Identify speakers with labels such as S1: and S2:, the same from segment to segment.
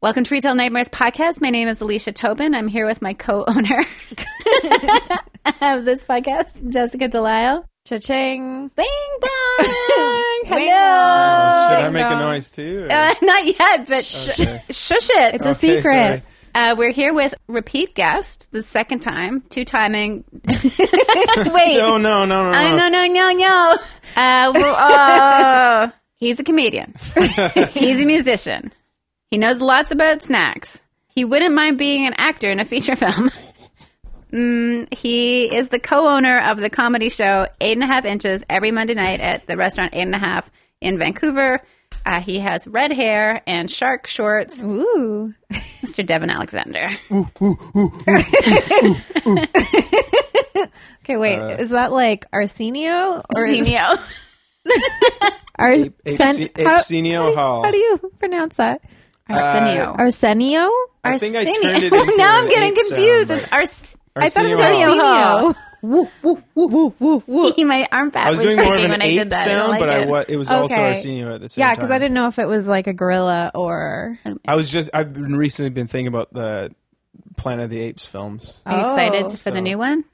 S1: Welcome to Retail Nightmares Podcast. My name is Alicia Tobin. I'm here with my co owner of this podcast, Jessica Delisle.
S2: Cha-ching.
S1: Bing bong!
S2: Bing
S1: Hello!
S2: bong.
S3: Should I make a
S2: no.
S3: noise too? or-
S1: Uh, not yet, but sh-
S3: Okay.
S1: shush it.
S2: It's a
S3: Okay,
S2: secret.
S1: Uh, we're here with repeat guest the second time, two timing.
S3: sorry.
S1: Wait,
S3: Oh no no no!
S1: I
S3: no.
S1: no no no no. Uh, well, uh, he's a comedian. he's a musician. He knows lots about snacks. He wouldn't mind being an actor in a feature film. Mm, he is the co-owner of the comedy show Eight and a Half Inches every Monday night at the restaurant Eight and a Half in Vancouver. Uh, he has red hair and shark shorts.
S2: Ooh.
S1: Mr. Devin Alexander.
S2: Okay, wait.
S3: Uh,
S2: is that like Arsenio or is-
S1: Senior.
S2: Ars-
S3: Ape-
S2: Sen-
S3: Ape-
S2: how-
S3: Arsenio
S2: how do you-
S3: Hall.
S2: How do you pronounce that?
S1: Uh, Arsenio.
S2: Arsenio?
S3: I think I
S1: Arsenio.
S3: turned it into
S1: now
S3: an
S1: I'm getting
S3: ape sound,
S1: confused.
S3: but-
S1: it's Ars-
S2: I thought it was
S3: Arsenio Hall.
S1: Arsenio.
S2: Arsenio. woo, woo, woo, woo, woo, woo.
S1: my arm fat
S3: I was
S1: was,
S3: doing
S1: shaking
S3: more of
S1: when
S3: an
S1: I did
S3: ape
S1: that.
S3: sound,
S1: I don't
S3: but I
S1: like
S3: wa- it was also
S2: Okay.
S3: Arsenio at the same
S2: Yeah,
S3: time.
S2: because I didn't know if it was like a gorilla or.
S3: I was just. I've been recently been thinking about the Planet of the Apes films.
S1: Are you
S2: Oh,
S1: excited for the
S3: So-
S1: new one?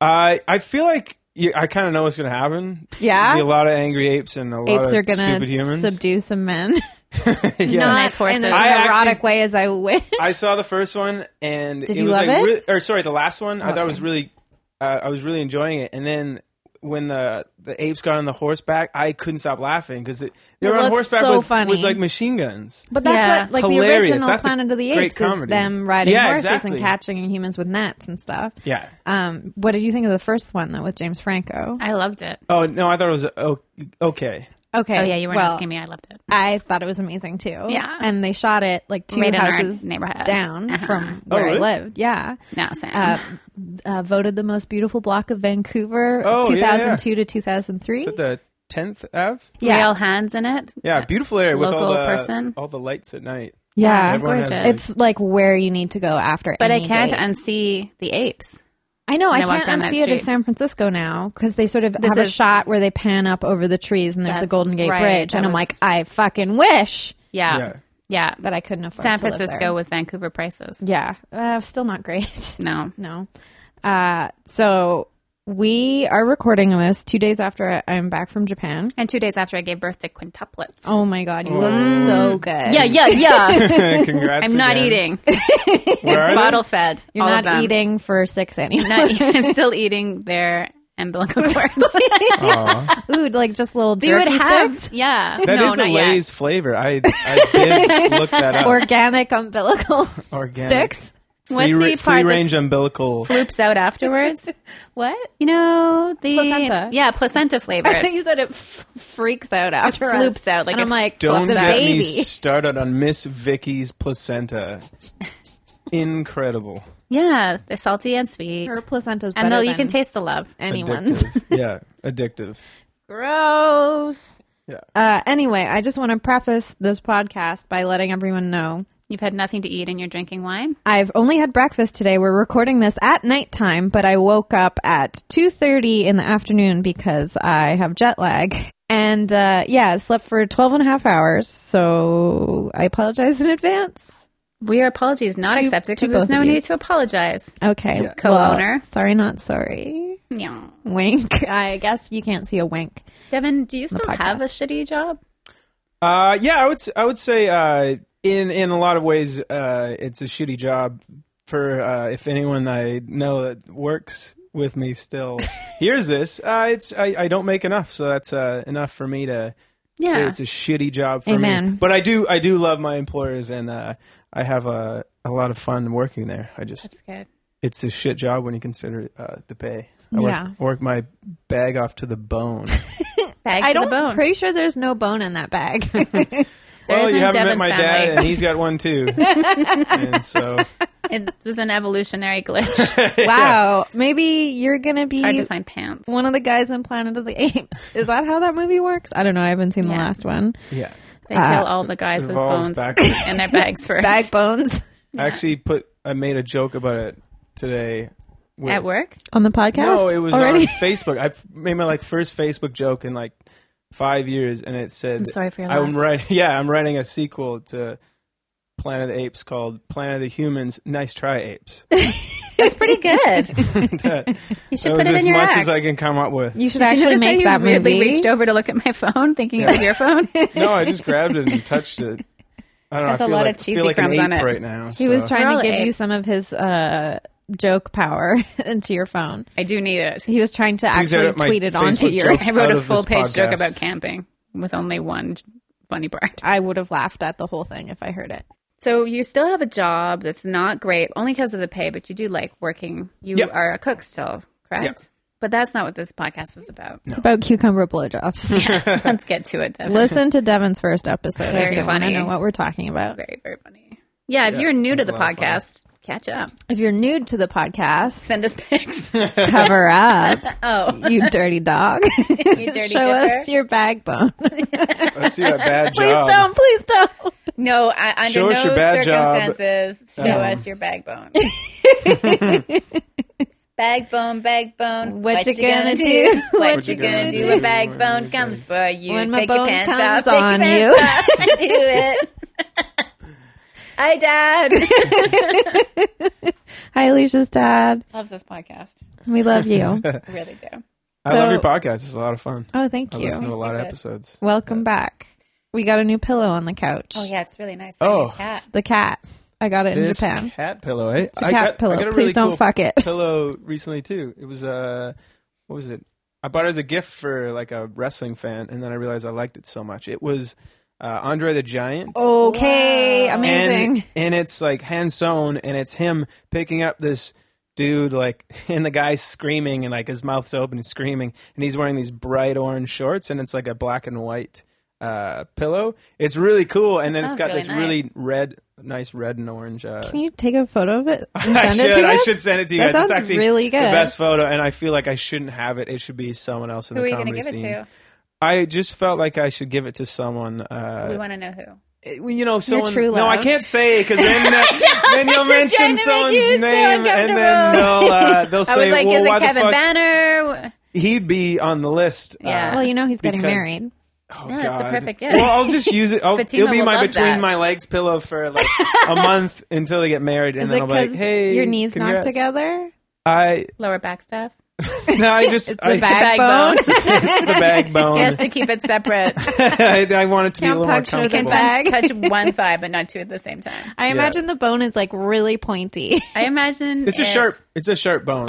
S3: I I feel like yeah, I kind of know what's going to happen.
S2: Yeah?
S3: Be a lot of angry apes and a lot
S2: Apes
S3: of
S2: are gonna
S3: stupid humans.
S2: subdue some men.
S3: yeah.
S2: Not
S1: Nice horses.
S2: in
S1: I
S2: as
S3: actually-
S2: erotic way as I wish.
S3: I saw the first one and
S2: Did
S3: it
S2: you
S3: was
S2: love
S3: like
S2: it?
S3: really- or sorry, the last one. I thought it was really uh, I was really enjoying it and then when the the apes got on the horseback, I couldn't stop laughing because they were on
S2: looks
S3: horseback
S2: so
S3: with,
S2: funny.
S3: with like machine guns.
S2: But that's
S1: Yeah.
S2: what, like
S3: Hilarious.
S2: the original
S3: That's a
S2: Planet of the
S3: great
S2: Apes
S3: comedy.
S2: is them riding
S3: Yeah,
S2: horses
S3: exactly.
S2: and catching humans with nets and stuff.
S3: Yeah.
S2: Um, what did you think of the first one though with James Franco?
S1: I loved it.
S3: Oh no, I thought it was oh, okay.
S2: Okay.
S1: Oh yeah, you weren't
S2: well,
S1: asking me. I loved it.
S2: I thought it was amazing too.
S1: Yeah.
S2: And they shot it like two
S1: Right in our
S2: houses
S1: neighborhood.
S2: down
S1: Uh-huh.
S2: from
S3: Oh,
S2: where
S3: really?
S2: I lived. Yeah.
S1: No, Sam.
S2: Uh, uh, voted the most beautiful block of Vancouver,
S3: Oh, yeah,
S2: 2002 to 2003.
S3: Is that the tenth Ave?
S2: yeah.
S1: Real hands in it.
S3: Yeah, beautiful area with all
S1: Local
S3: the
S1: person.
S3: all the lights at night.
S2: yeah.
S1: It's
S3: Everyone has
S1: gorgeous.
S3: those.
S2: It's like where you need to go after.
S1: But I
S2: any
S1: can't
S2: date.
S1: unsee the apes.
S2: I know. I
S1: I walk
S2: can't
S1: down that
S2: unsee it as
S1: street.
S2: San Francisco now because they sort of have a
S1: is-
S2: shot where they pan up over the trees and there's the
S1: That's
S2: Golden Gate
S1: right,
S2: Bridge, and
S1: that
S2: I'm
S1: was-
S2: like, I fucking wish
S1: Yeah.
S3: Yeah.
S1: Yeah.
S2: that I couldn't afford
S1: San
S2: to live
S1: Francisco
S2: there.
S1: with Vancouver prices.
S2: Yeah, uh, still not great.
S1: No.
S2: no. Uh, so we are recording this two days after I- I'm back from Japan.
S1: And two days after I gave birth to quintuplets.
S2: Oh my god, you look so good.
S1: Mm. Yeah, yeah, yeah.
S3: Congrats.
S1: I'm not
S3: again.
S1: eating.
S3: Where are they?
S1: Bottle fed.
S2: You're
S1: all of
S2: not
S1: them.
S2: eating for six anymore.
S1: Not- I'm still eating their umbilical cords.
S3: Aw.
S2: Ooh, like just little
S1: they would
S2: jerky
S1: have,
S2: sticks.
S1: yeah.
S3: That is
S1: no,
S3: a
S1: not yet.
S3: Lay's flavor. I I did look that up.
S2: Organic umbilical
S3: Organic.
S2: sticks.
S1: What's
S3: Free,
S1: the
S3: ra-
S1: part
S3: free
S1: that
S3: range umbilical.
S1: floops out afterwards?
S2: What?
S1: You know the
S2: Placenta.
S1: Yeah, placenta
S2: I
S1: flavored.
S2: think that it f- freaks out after us.
S1: floops out, like
S2: and
S1: it
S2: I'm like,
S3: Don't
S2: the
S3: get
S2: baby.
S3: me started on Miss Vicky's placenta. Incredible.
S1: yeah, they're salty and sweet,
S2: Her placenta's
S1: and
S2: better
S1: though you
S2: than
S1: can taste the love.
S2: anyone's.
S3: Addictive. yeah, addictive.
S2: Gross.
S3: Yeah.
S2: Uh, anyway, I just want to preface this podcast by letting everyone know
S1: You've had nothing to eat, and you're drinking wine.
S2: I've only had breakfast today. We're recording this at nighttime, but I woke up at 2:30 in the afternoon because I have jet lag. And uh, yeah, I slept for 12 and a half hours, so I apologize in advance.
S1: We are apologies not
S2: To-
S1: accepted
S2: to
S1: because there's
S2: both of
S1: no
S2: you.
S1: need to apologize.
S2: Okay. well,
S1: Co-owner.
S2: sorry, not sorry.
S1: Yeah.
S2: Wink. I guess you can't see a wink.
S1: Devin, do you still
S2: podcast.
S1: have a shitty job?
S3: Uh, yeah, I would s- I would say uh, in in a lot of ways uh, it's a shitty job for uh, if anyone I know that works with me still hears this. Uh, it's I, I don't make enough, so that's uh, enough for me to say
S1: Yeah.
S3: it's a shitty job for me.
S2: Amen.
S3: But I do I do love my employers and uh, I have a a lot of fun working there. I just
S1: That's good.
S3: it's a shit job when you consider uh, the pay. I work,
S2: Yeah.
S3: work my bag off to the bone.
S1: Bag
S2: I
S1: to
S2: don't.
S1: the bone.
S2: Pretty sure there's no bone in that bag.
S1: There
S3: well, Oh, you
S1: isn't
S3: haven't
S1: Devin's
S3: met my
S1: family.
S3: dad, and he's got one too. and so,
S1: it was an evolutionary glitch.
S2: wow. Maybe you're gonna be
S1: Hard to find pants.
S2: one of the guys in Planet of the Apes. Is that how that movie works? I don't know. I haven't seen the
S1: Yeah.
S2: last one.
S3: yeah.
S1: They kill all the guys with
S3: revolves
S1: bones
S3: backwards.
S1: in their Uh, bags first.
S2: Bag bones
S3: I actually put I made a joke about it today. With,
S1: At work?
S2: on the podcast.
S3: No, it was
S2: already.
S3: on Facebook. I f- made my like first Facebook joke in like five years, and it said, "I'm
S1: sorry for your
S3: I'm
S1: loss.
S3: writing, yeah, I'm writing a sequel to Planet of the Apes called Planet of the Humans. Nice try, apes.
S1: That's pretty good.
S3: that
S1: You should
S3: that
S1: put
S3: was
S1: it
S3: as
S1: in your
S3: much
S1: act.
S3: as I can come up with.
S2: you should
S1: Did
S2: actually
S1: you notice how
S2: make
S1: you
S2: that
S1: weirdly
S2: movie.
S1: reached over to look at my phone thinking it was your phone?
S3: No, I just grabbed it and touched it. I don't know. I
S1: There's a
S3: feel
S1: lot
S3: like,
S1: of
S3: I
S1: cheesy
S3: feel like
S1: crumbs
S3: an ape
S1: on it.
S3: right now.
S2: He was
S3: so.
S2: trying
S1: We're
S2: to
S1: all
S2: give you
S1: apes.
S2: some of his uh, joke power into your phone.
S1: I do need it.
S2: He was trying to
S3: Please
S2: actually
S3: edit my
S2: tweet it onto
S3: Facebook
S2: your.
S3: jokes.
S1: I wrote
S3: Out
S1: a
S3: of this
S1: full page joke
S3: podcast.
S1: about camping with only one funny part.
S2: I would have laughed at the whole thing if I heard it.
S1: So you still have a job that's not great only because of the pay, but you do like working. You
S3: Yep.
S1: are a cook still, correct?
S3: Yep.
S1: But that's not what this podcast is about.
S2: It's about cucumber blowjobs.
S1: Yeah, let's get to it. Devin.
S2: Listen to Devin's first episode.
S1: Very
S2: Very if you want to
S1: funny.
S2: know what we're talking about.
S1: Very, very funny. Yeah, if you're new to
S3: that's
S1: the
S3: a lot of fun.
S1: podcast, catch up.
S2: If you're new to the podcast,
S1: Send us pics.
S2: cover up,
S1: oh,
S2: you dirty dog.
S1: you dirty
S2: Show
S1: dipper.
S2: us your backbone.
S3: Let's see that bad
S2: please
S3: job.
S2: don't. Please don't.
S1: No, I, under
S3: Show
S1: no
S3: us your bad job. Um.
S1: circumstances show us your bag bone. bag bone, bag bone.
S2: What you gonna do?
S1: What, you gonna do? A bag bone comes for you.
S2: When my
S1: Take your
S2: bone
S1: pants
S2: comes
S1: off.
S2: on
S1: Take your pants off. do it. Hi, Dad.
S2: Hi, Alicia's dad.
S1: Loves this podcast.
S2: We love you.
S1: Really do.
S3: I love
S2: So-
S3: your podcast. It's a lot of fun.
S2: Oh, thank
S3: I
S2: you.
S3: listen to a lot of
S1: Stupid.
S3: episodes.
S2: Welcome back. We got a new pillow on the couch.
S1: Oh yeah, it's really nice.
S3: Oh.
S1: Chinese cat.
S2: The cat. I got it in
S3: This
S2: Japan.
S3: cat pillow, eh? It's
S2: a cat pillow. Please don't fuck it.
S3: Pillow recently too. It was uh, what was it? I bought it as a gift for like a wrestling fan, and then I realized I liked it so much. It was uh, Andre the Giant.
S2: Okay,
S1: Wow.
S2: amazing.
S3: And, and it's like hand sewn, and it's him picking up this dude, like, and the guy's screaming, and like his mouth's open and screaming, and he's wearing these bright orange shorts, and it's like a black and white uh, pillow. It's really cool, and then it's
S1: sounds
S3: got
S1: really
S3: this
S1: nice.
S3: really red, nice red and orange. Uh,
S2: Can you take a photo of it and
S3: I
S2: send
S3: should.
S2: it to
S3: I
S2: us?
S3: should send it to you
S2: That
S3: guys.
S2: sounds
S3: it's actually
S2: really good.
S3: the best photo, and I feel like I shouldn't have it. It should be someone else in
S1: Who are
S3: the
S1: you gonna
S3: comedy
S1: give it
S3: scene.
S1: to?
S3: I just felt like I should give it to someone.
S1: We
S3: Uh,
S1: want to know who.
S3: eh, well, you know, someone.
S2: true
S3: no, I
S2: love.
S3: can't say because then that, then you'll
S1: I'm just trying
S3: mention
S1: to
S3: someone's
S1: make you so
S3: name, and then they'll
S1: uncomfortable.
S3: uh, they'll
S1: I
S3: say,
S1: was like,
S3: "Well,
S1: is
S3: why
S1: it Kevin
S3: the fuck?"
S1: Banner?
S3: He'd be on the list. uh,
S1: Yeah.
S2: Well, you know he's getting
S3: Because-
S2: married.
S3: oh,
S1: Yeah, it's a
S3: God.
S1: perfect gift.
S3: Well, I'll just use it. I'll,
S1: Fatima
S3: it'll be
S1: will
S3: my
S1: love
S3: between
S1: that.
S3: my legs pillow for like a month until they get married, and
S2: Is
S3: then
S2: it
S3: I'll be like,
S2: because
S3: "Hey,
S2: your knees
S3: congrats.
S2: knocked together?
S3: I
S1: Lower back stuff.
S3: no, I just
S2: It's the
S3: I,
S1: Bag
S2: backbone.
S1: bone.
S3: it's the bag bone.
S1: He has to keep it separate.
S3: I, I want it to be a
S2: Can't
S3: little more
S2: puncture the
S1: Can
S3: comfortable.
S2: back.
S1: touch,
S2: Bag.
S1: touch one thigh, but not two at the same time.
S2: I imagine the bone is like really pointy.
S1: I imagine
S3: It's a
S1: it-
S3: sharp. It's a sharp bone.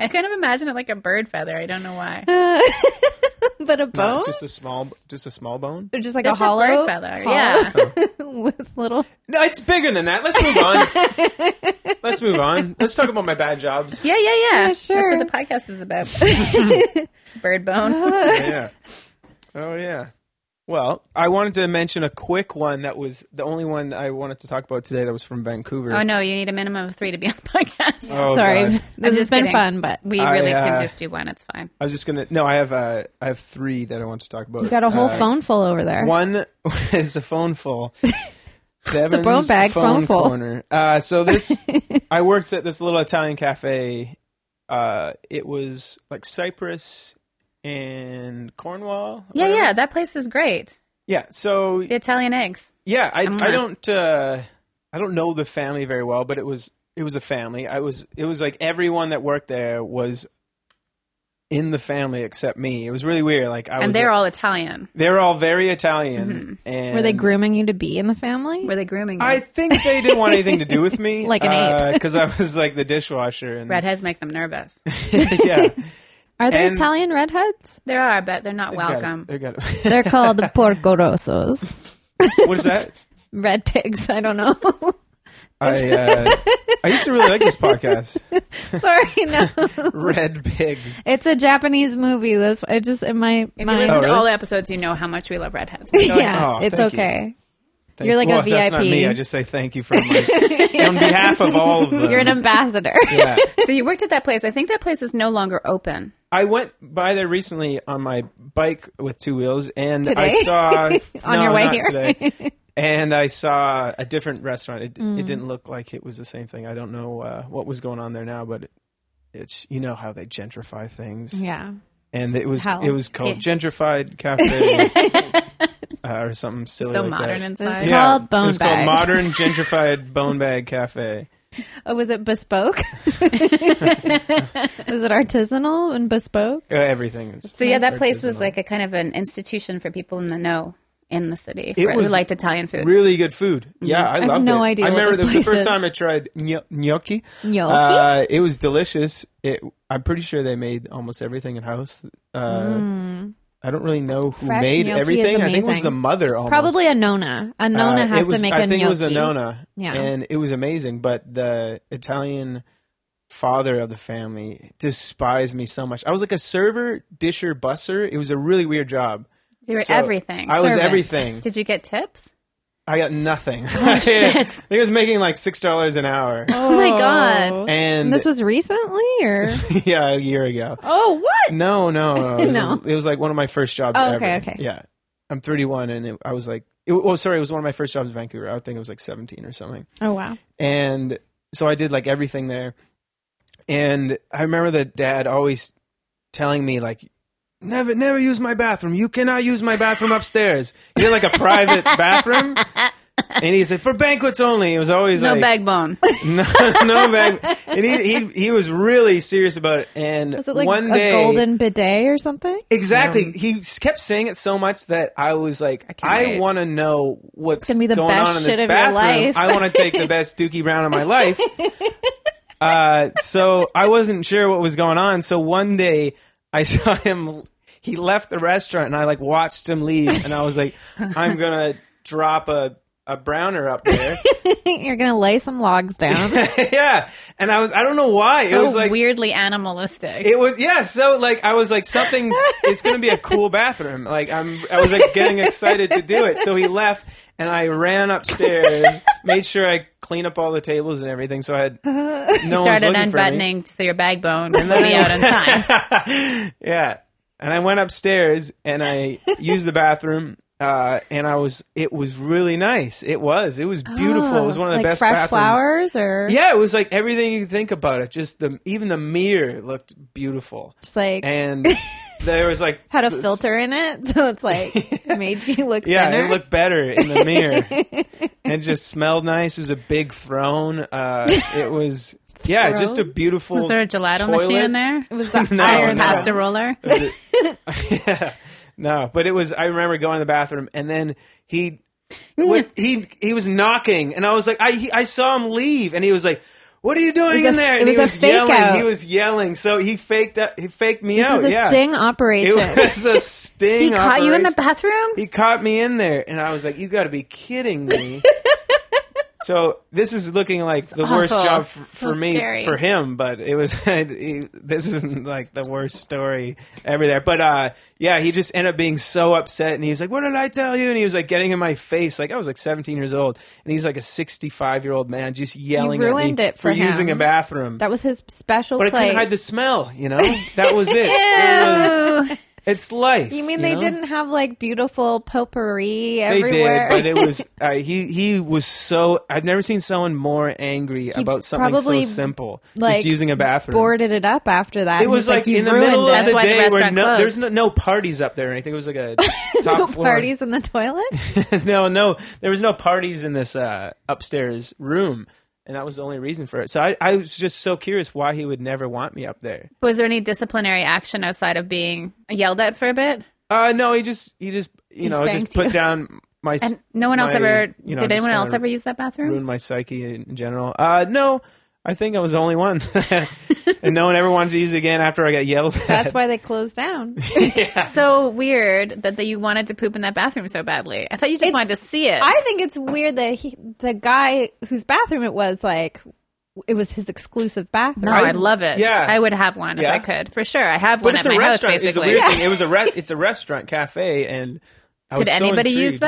S1: I kind of imagine it like a bird feather. I don't know why.
S2: but a
S3: No,
S2: bone?
S3: it's just a small. Just a small bone.
S2: Or just like
S1: Just
S2: a hollow
S1: bird feather. Yeah.
S3: Oh.
S2: with little
S3: No, it's bigger than that. Let's move on. Let's move on. Let's talk about my bad jobs.
S1: Yeah, yeah, yeah.
S2: sure.
S1: That's what the podcast is about. bird bone.
S2: Uh-huh.
S3: Yeah. Oh yeah. Well, I wanted to mention a quick one that was the only one I wanted to talk about today that was from Vancouver.
S1: Oh, no. You need a minimum of three to be on the podcast.
S3: Oh,
S2: sorry.
S3: God.
S2: This has
S1: just
S2: been
S1: kidding.
S2: fun, but
S1: we
S3: I,
S1: really
S3: uh,
S1: could just do one. It's fine.
S3: I was just gonna. No, I have. Uh, I have three that I want to talk about.
S2: you got a whole
S3: Uh,
S2: phone full over there.
S3: One is a phone full. Devin's
S2: brown bag phone full.
S3: corner. Uh, so this, I worked at this little Italian cafe. Uh, it was like Cyprus and Cornwall.
S1: Yeah,
S3: whatever.
S1: yeah. That place is great.
S3: yeah. So
S1: The Italian eggs.
S3: yeah, I,
S1: I'm not-
S3: I don't uh, I don't know the family very well, but it was it was a family. I was it was like everyone that worked there was in the family except me. It was really weird. Like I
S1: And
S3: was
S1: they're all Italian.
S3: they're all very Italian. And
S2: Mm-hmm. Were they grooming you to be in the family?
S1: Were they grooming you?
S3: I think they didn't want anything to do with me,
S2: Like an ape.
S3: because I was like the dishwasher and
S1: Redheads make them nervous.
S3: yeah,
S2: Are they
S3: and-
S2: Italian redheads?
S1: There are, but they're not welcome.
S3: They got it.
S2: They're called porco rosos.
S3: What is that?
S2: Red pigs, I don't know.
S3: I uh, I used to really like this podcast,
S2: Sorry, no.
S3: Red Pigs.
S2: It's a Japanese movie. That's I just in my
S1: If you
S2: mind.
S1: listen
S3: Oh,
S1: to
S3: really?
S1: all the episodes, you know how much we love redheads. So go ahead.
S2: yeah,
S3: Oh,
S2: it's
S3: thank you.
S2: okay.
S3: Thank-
S2: You're like a
S3: well, That's not
S2: VIP.
S3: me. I just say thank you for my, on behalf of all of them.
S2: You're an ambassador.
S3: yeah.
S1: so you worked at that place. I think that place is no longer open.
S3: I went by there recently on my bike with two wheels, and I
S2: Today?
S3: saw
S2: On
S3: no,
S2: your way
S3: not
S2: here?
S3: today. And I saw a different restaurant. It,
S2: Mm.
S3: it didn't look like it was the same thing. I don't know uh, what was going on there now, but it, it's you know how they gentrify things.
S2: yeah.
S3: And it was
S2: How?
S3: it was called
S1: Yeah.
S3: Gentrified Cafe uh, or something silly.
S1: so
S3: like that.
S1: modern inside.
S2: It's Yeah. called Bone
S3: It's
S2: Bags.
S3: called Modern Gentrified Bone Bag Cafe.
S2: Oh, was it bespoke? was it artisanal and bespoke?
S3: Uh, everything is.
S1: So yeah, that place was
S3: artisanal.
S1: like a kind of an institution for people in the know in the city
S3: It
S1: for, who
S3: was
S1: liked Italian food.
S3: Really good food. Yeah,
S2: Mm-hmm.
S3: I,
S2: I have
S3: loved
S2: no
S3: it.
S2: idea
S3: I
S2: what
S3: remember
S2: this
S3: was the
S2: place
S3: first
S2: is.
S3: time I tried gno- gnocchi.
S2: Gnocchi?
S3: Uh, it was delicious. It, I'm pretty sure they made almost everything in house. Uh, I don't really know
S2: Mm.
S3: who
S2: Fresh
S3: made
S2: gnocchi is
S3: everything. I think it was
S2: amazing.
S3: the mother. Almost.
S2: Probably a Nona. A Nona
S3: Uh,
S2: has
S3: it was,
S2: to make a
S3: I think
S2: gnocchi.
S3: it was a Nona.
S2: Yeah.
S3: and it was amazing. But the Italian father of the family despised me so much. I was like a server, disher, busser. It was a really weird job.
S1: They were
S3: So,
S1: everything.
S3: I was
S2: Servant.
S3: everything.
S1: Did you get tips?
S3: I got nothing.
S2: Oh,
S3: I
S1: shit.
S3: think I was making like six dollars an hour,
S1: Oh, my god.
S3: and
S2: And this was recently, or
S3: yeah, a year ago.
S2: oh, what?
S3: No, no, no. It was,
S2: No.
S3: it was like one of my first jobs.
S2: Oh,
S3: ever.
S2: okay, okay.
S3: Yeah, I'm 31, and it, I was like, it, well, sorry, it was one of my first jobs in Vancouver. I think it was like 17 or something.
S2: Oh wow.
S3: And so I did like everything there, and I remember the dad always telling me like. Never, never use my bathroom. You cannot use my bathroom upstairs. You had like a private bathroom, and he said for banquets only. It was always
S1: No
S3: like,
S1: backbone.
S3: no, no, man. And he, he he was really serious about it. And
S2: Was it like
S3: one
S2: a
S3: day,
S2: golden bidet or something?
S3: exactly, he s- kept saying it so much that I was like,
S1: can't
S3: I,
S1: wait.
S3: want to know what's
S2: gonna be the
S3: going
S2: best
S3: on in
S2: shit
S3: this
S2: of your
S3: bathroom.
S2: life.
S3: I want to take the best Dookie Brown of my life. uh, so I wasn't sure what was going on. So one day, I saw him. He left the restaurant, and I like watched him leave. And I was like, I'm gonna drop a a browner up there.
S2: You're gonna lay some logs down.
S3: yeah, and I was I don't know why
S1: So
S3: it was like
S1: weirdly animalistic.
S3: It was yeah. So like I was like something's it's gonna be a cool bathroom. Like I'm I was like getting excited to do it. So he left and I ran upstairs, made sure I clean up all the tables and everything. So I had no one's
S1: Started
S3: looking for me.
S1: unbuttoning so your backbone would be out on time.
S3: Yeah, and I went upstairs and I used the bathroom. Uh, and I was, it was really nice. It was, it was beautiful. it was one of
S2: Oh,
S3: the
S2: like
S3: best
S2: fresh
S3: bathrooms.
S2: flowers, or
S3: Yeah, it was like everything you could think about. It just the even the mirror looked beautiful.
S2: just like
S3: and there was like
S2: had a
S3: this-
S2: filter in it, so it's like made you look
S3: Yeah,
S2: thinner.
S3: it looked better in the mirror, and it just smelled nice. It was a big throne. Uh, it was yeah, just a beautiful.
S1: Was there a gelato
S3: toilet.
S1: machine in there?
S2: it was the
S3: No,
S2: iron
S3: no.
S1: Pasta roller?
S3: yeah, no, but it was. I remember going to the bathroom, and then he. What, he he was knocking, and I was like, I he, I saw him leave, and he was like, "What are you doing
S2: was a-
S3: in there?"
S2: it
S3: And he
S2: was a
S3: was
S2: fake
S3: yelling.
S2: out.
S3: He was yelling, so he faked out, he faked me
S2: This
S3: out.
S2: was a
S3: Oh, yeah.
S2: sting operation.
S3: It was a sting.
S1: He caught you in the
S3: operation.
S1: bathroom?
S3: He caught me in there, and I was like, "You got to be kidding me!" so this is looking like the worst
S1: awful.
S3: job f-
S1: It's
S3: for
S1: so
S3: me
S1: scary.
S3: for him, but it was. he- this isn't like the worst story ever there, but uh, yeah, he just ended up being so upset, and he was like, "What did I tell you?" And he was like getting in my face, like I was like 17 years old, and he's like a 65 year old man just yelling
S2: ruined
S3: at me
S2: it for him.
S3: using a bathroom.
S2: that was his special
S3: but I
S2: place.
S3: couldn't hide the smell, you know. That was it. it was,
S1: Ooh.
S3: it's life.
S2: you mean they
S3: know?
S2: didn't have like beautiful potpourri
S3: They
S2: everywhere?
S3: did, but it was uh, he. He was so. I've never seen someone more angry about something
S2: probably,
S3: so simple,
S2: like,
S3: just using a bathroom.
S2: boarded it up after that.
S3: it was like,
S2: you
S3: in the
S2: ruined
S3: middle
S2: it.
S3: of the
S1: why the
S3: day where
S1: restaurant
S3: no,
S1: closed.
S3: there's no, no parties up there or anything. It was like a top floor.
S2: parties in the toilet.
S3: no, no, there was no parties in this uh, upstairs room, and that was the only reason for it. So I, I was just so curious why he would never want me up there.
S1: Was there any disciplinary action outside of being yelled at for a bit?
S3: Uh, no, he just he just you know
S2: spanked
S3: just put
S2: you.
S3: down my s-
S1: And no one else
S3: my,
S1: ever.
S3: you know,
S1: did
S3: just
S1: anyone
S3: kinda
S1: else ever use that bathroom?
S3: ruined my psyche in general. Uh, no, I think I was the only one, and no one ever wanted to use it again after I got yelled at.
S2: That's why they closed down.
S1: so weird that, that you wanted to poop in that bathroom so badly. I thought you just
S2: It's-
S1: wanted to see it.
S2: I think it's weird that he, the guy whose bathroom it was, like, it was his exclusive bathroom.
S1: no, I, love it.
S3: yeah.
S1: I would have one
S3: Yeah.
S1: if I could, for sure. I have
S3: but
S1: one
S3: it's
S1: at
S3: a
S1: my house,
S3: restaurant. It's a
S1: basically.
S3: weird thing. It was a re- it's a restaurant cafe, and I
S1: Could
S3: was so
S1: anybody use
S3: intrigued.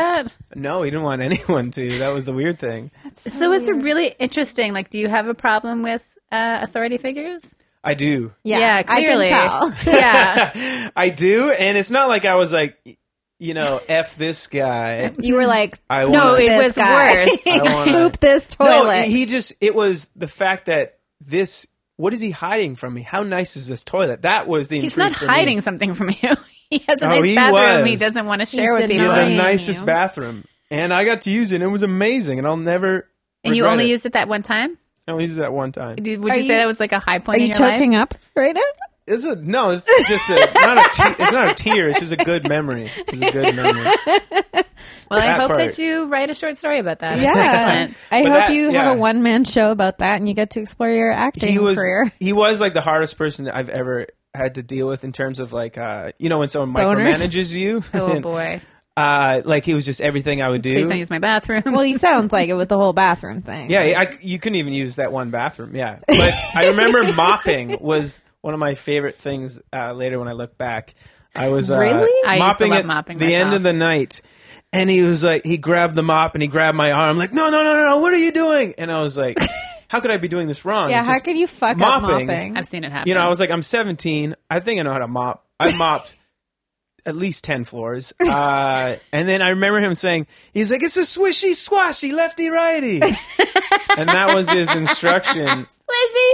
S1: that?
S3: No, he didn't want anyone to. That was the weird thing.
S1: So, it's a really interesting. Like, do you have a problem with uh, authority figures?
S3: I do.
S2: Yeah,
S1: yeah clearly.
S2: I can tell.
S1: yeah.
S3: I do, and it's not like I was like, y- you know, f this guy.
S2: You were like,
S3: I
S1: No,
S3: wanna-
S1: Oh, it
S2: this
S1: was
S2: guy.
S1: worse.
S3: I wanna-
S2: poop this toilet.
S3: No, he just it was the fact that this what is he hiding from me? How nice is this toilet? That was the
S1: He's
S3: intrigue
S1: not
S3: for
S1: hiding
S3: me.
S1: something from you. He has a
S3: Oh,
S1: nice
S3: he
S1: bathroom he
S3: was.
S1: doesn't want to share with
S2: denying
S1: people.
S3: the
S2: something.
S3: nicest
S2: you.
S3: bathroom. And I got to use it and it was amazing and I'll never
S1: And you
S3: regret
S1: only
S3: it.
S1: used it that one time?
S3: I only used it that one time.
S1: Did, would
S2: Are
S1: you, say
S2: you-
S1: that was like a high
S2: Are
S1: point
S2: you
S1: in your life?
S2: choking up right now?
S3: It's a no. It's just a not a te- it's not a tear. It's just a good memory. It's a good memory.
S1: Well, I
S3: That
S1: hope
S3: part.
S1: that you write a short story about that.
S2: Yeah.
S1: That's excellent.
S2: I hope
S3: But that-
S2: you
S3: yeah.
S2: have a one man show about that and you get to explore your acting
S3: He was
S2: career.
S3: he was like the hardest person that I've ever had to deal with in terms of like uh you know when someone
S2: Boners?
S3: micromanages you.
S1: Oh
S3: And,
S1: boy!
S3: uh, like he was just everything I would do.
S1: Please don't use my bathroom.
S2: Well, he sounds like it with the whole bathroom thing.
S3: Yeah, I, you couldn't even use that one bathroom. Yeah, but I remember mopping was one of my favorite things. Uh, later, when I look back, I was uh,
S2: Really?
S1: I used to
S3: mopping
S1: love
S3: at
S1: mopping
S3: the
S1: myself.
S3: end of the night, and he was like, he grabbed the mop and he grabbed my arm, like, no, no, no, no, no, what are you doing? And I was like, how could I be doing this wrong?
S2: Yeah,
S3: It's
S2: how
S3: just-
S2: could you fuck
S3: mopping.
S2: up mopping?
S1: I've seen it happen.
S3: you know, I was like, I'm 17. I think I know how to mop. I mopped at least 10 floors. Uh, and then I remember him saying, he's like, it's a swishy swashy lefty righty. and that was his instruction.
S1: swishy,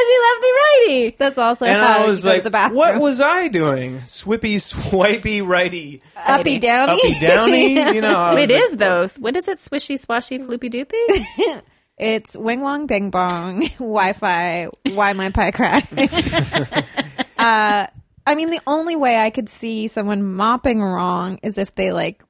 S1: swishy, lefty, righty.
S2: That's also
S3: And
S2: how
S3: I was
S2: Uh, you go to
S3: like,
S2: the bathroom.
S3: what was I doing? Swippy, swipey, righty,
S2: uppy downy?
S3: uppy, downy. You know, I was
S1: It
S3: like,
S1: Oh, is though. What is it? Swishy, swashy, floopy, doopy.
S2: It's wing wong bing bong Wi Fi. Why my pie cry? uh, I mean, the only way I could see someone mopping wrong is if they like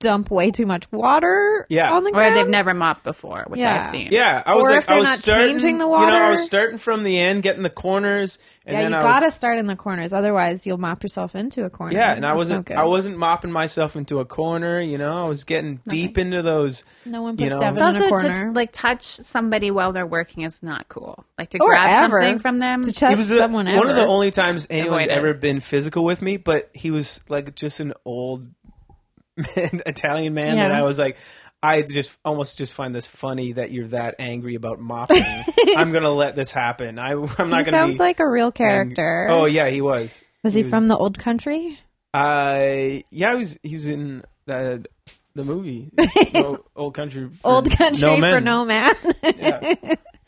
S2: dump way too much water
S3: Yeah.
S2: on the
S1: or
S2: ground.
S1: they've never mopped before, which
S2: Yeah.
S1: I've seen.
S3: Yeah, I was
S2: Or
S3: like,
S2: if they're
S3: I was
S2: not
S3: starting,
S2: changing the
S3: You know, I
S2: water.
S3: was starting from the end, getting the corners, and
S2: yeah,
S3: then
S2: you
S3: I was
S2: gotta start in the corners, otherwise you'll mop yourself into a corner.
S3: Yeah, and I
S2: That's
S3: wasn't
S2: no good.
S3: I wasn't mopping myself into a corner, you know. I was getting deep into those
S2: No one puts
S3: you know.
S2: Devin
S3: It's
S2: in a
S1: Also,
S2: corner.
S1: to like touch somebody while they're working is not cool. Like to
S2: Or
S1: grab
S2: ever.
S1: something from them.
S2: to touch
S3: it was the-
S2: someone
S3: one of the
S2: ever.
S3: only times anyone's
S1: Avoid it.
S3: ever been physical with me, but he was like just an old man, Italian man that
S2: Yeah.
S3: I was like I just almost just find this funny that you're that angry about mopping. I'm gonna let this happen. I, I'm not
S2: he
S3: gonna
S2: sounds
S3: be
S2: like a real
S3: ang-
S2: character.
S3: Oh yeah, he was.
S2: was he,
S3: was-
S2: from the old country?
S3: I yeah, he was. He was in the the movie old, old country. for
S2: Old country
S3: no
S2: for
S3: Men.
S2: no man.
S3: Yeah.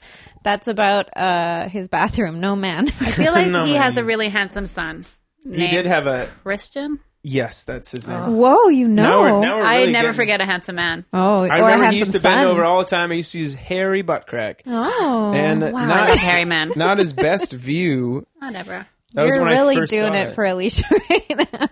S2: That's about uh, his bathroom. No man.
S1: I feel like
S3: No,
S1: he has
S3: man.
S1: a really handsome son.
S3: He
S1: named
S3: did have a
S1: Christian.
S3: Yes, that's his name.
S2: Whoa, you know.
S3: Now we're- now we're
S1: Oh. I
S3: really
S1: never
S3: getting-
S1: forget a handsome man.
S2: oh,
S3: I
S2: or
S3: remember
S2: had
S3: he used
S2: some
S3: to bend
S2: sun.
S3: over all the time. I used to use hairy butt crack.
S2: Oh,
S3: and
S2: wow.
S1: I love
S3: not,
S1: hairy men.
S3: not his best view.
S1: Whatever.
S3: That was
S2: You're
S3: when
S2: really
S3: I first
S2: doing
S3: saw
S2: it, for Alicia right now.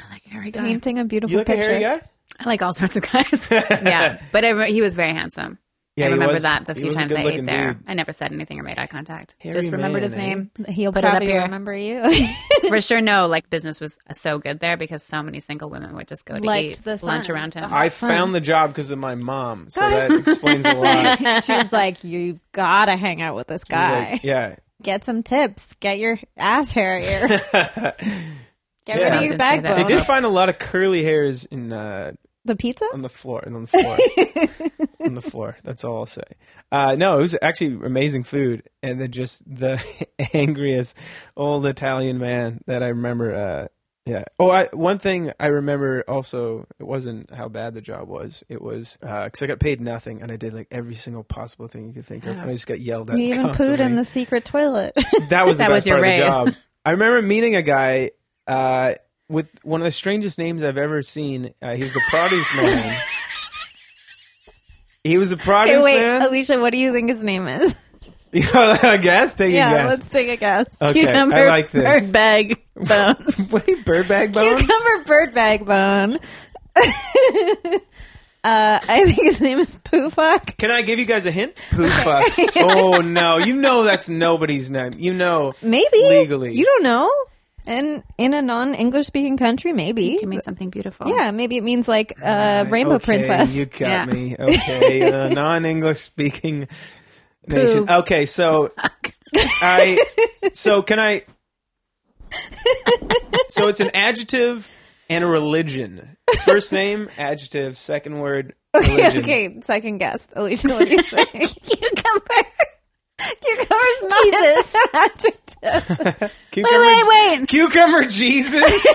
S1: I like hairy guys.
S2: Painting a beautiful
S3: You like a
S2: picture.
S3: hairy guy?
S1: I like all sorts of guys. yeah, but I, re- he was very handsome.
S3: Yeah,
S1: I
S3: he
S1: remember
S3: was-
S1: that the
S3: he
S1: few
S3: was a
S1: times I ate
S3: good-looking
S1: there.
S3: dude.
S1: I never said anything or made eye contact.
S3: Hairy
S1: Just remembered
S3: man,
S1: his
S3: eh?
S1: name.
S2: He'll
S1: Put it up
S2: probably
S1: here.
S2: remember you.
S1: For sure, no. Like business was so good there because so many single women would just go to
S2: Liked
S1: eat
S2: the
S1: lunch
S2: sun.
S1: around him.
S3: I found the job because of my mom, so that explains a lot. She was
S2: she was like, "You gotta hang out with this guy.
S3: like, yeah,
S2: Get some tips. Get your ass hairier. Get rid
S3: Yeah.
S2: of
S1: Didn't
S2: your
S1: say
S2: backbone.
S1: that.
S3: they did find a lot of curly hairs in uh,
S2: The pizza?
S3: on the floor and on the floor on the floor. That's all I'll say. Uh, no, it was actually amazing food, and then just the angriest old Italian man that I remember. Uh, yeah. Oh, I, one thing I remember also it wasn't how bad the job was. It was because I got paid nothing, and I did like every single possible thing you could think of. And I just got yelled at.
S2: You even
S3: constantly
S2: pooed in the secret toilet.
S3: that was the
S1: That
S3: best
S1: was your
S3: part
S1: raise.
S3: of the job. I remember meeting a guy uh, with one of the strangest names I've ever seen. Uh, he was the produce man. He was a
S2: okay,
S3: produce
S2: wait, uh,
S3: man.
S2: Alicia, what do you think his name is?
S3: I guess. Take
S2: yeah,
S3: a
S2: let's take a guess.
S3: Okay. I
S1: Cucumber
S3: like this.
S1: bird bag bone.
S3: guess. Wait, birdbag bone.
S2: Cucumber bird bag bone. uh, I think his name is Poofuck.
S3: Can I give you guys a hint? Poof. fuck. oh no! You know that's nobody's name. You know.
S2: Maybe
S3: Legally.
S2: you don't know. And in a non-English speaking country, maybe.
S1: You mean something beautiful?
S2: Yeah, maybe it means like uh, rainbow
S3: okay,
S2: princess.
S3: You got
S1: Yeah.
S3: me. Okay, uh, non-English speaking nation.
S1: Poo.
S3: Okay, so I so can I? So it's an adjective and a religion. First name, adjective, second word, religion.
S2: okay, second guest. Alicia, what do you think?
S1: Cucumber.
S2: Cucumber's not
S1: Jesus.
S2: an adjective.
S3: Cucumber,
S1: Wait, wait.
S3: Cucumber Jesus. if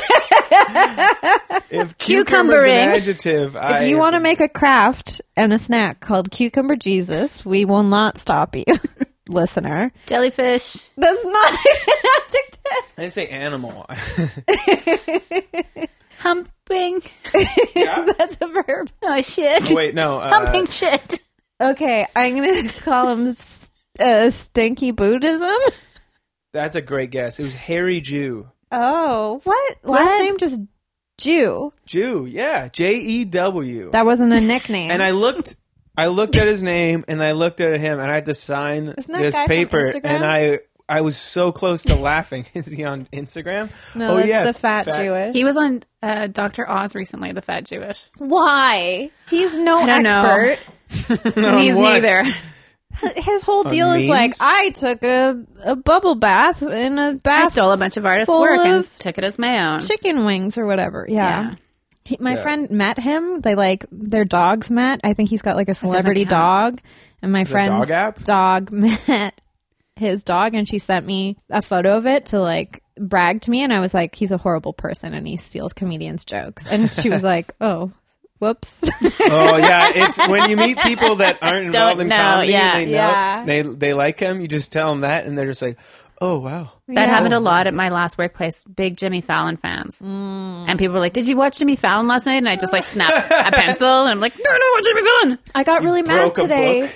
S3: cucumber's an
S1: Cucumbering.
S3: adjective, I,
S2: If you want to make a craft and a snack called Cucumber Jesus, we will not stop you, listener.
S1: Jellyfish.
S2: That's not an adjective.
S3: I didn't say animal.
S1: Humping.
S3: Yeah?
S2: That's a verb.
S1: Oh, shit.
S3: Wait, no. Uh,
S1: Humping shit.
S2: Okay, I'm going to call him s- uh, Stinky Buddhism.
S3: that's a great guess. It was Harry Jew.
S2: Oh, what? Last
S1: What?
S2: name just Jew.
S3: Jew, yeah, J E W.
S2: That wasn't a nickname.
S3: And I looked, I looked at his name, and I looked at him, and I had to sign
S2: that
S3: this
S2: guy from
S3: paper,
S2: Instagram?
S3: and I, I was so close to laughing. Is he on Instagram? Oh,
S2: no, that's the fat, Jewish.
S1: He was on uh, Dr. Oz recently, the fat Jewish.
S2: Why? He's no
S1: don't know.
S2: expert.
S3: On
S1: Me
S3: what?
S1: neither.
S2: His whole deal is like,
S3: memes?
S2: I took a, a bubble bath in a
S1: I
S2: bath
S1: stole a bunch of artists'
S2: full
S1: work and
S2: of
S1: took it as my own.
S2: chicken wings or whatever. Yeah.
S1: Yeah.
S2: He, my friend met him. They like their dogs met. I think he's got like a celebrity
S1: count.
S2: dog. And my
S3: it a dog
S2: friend's
S3: app?
S2: dog met his dog and she sent me a photo of it to like brag to me and I was like, He's a horrible person and he steals comedians' jokes. And she was like, Oh, whoops.
S3: Oh yeah, it's when you meet people that aren't involved in
S1: know,
S3: comedy,
S1: yeah.
S3: they know
S2: Yeah.
S3: they they like him. You just tell them that, and they're just like, oh wow.
S1: That
S2: Yeah.
S1: happened a lot at my last workplace. Big Jimmy Fallon fans, and people were like, "Did you watch Jimmy Fallon last night?" And I just like snapped a pencil and I'm like, "No, no, watch Jimmy Fallon."
S2: I got really mad
S3: broke a
S2: today
S3: book Oh, over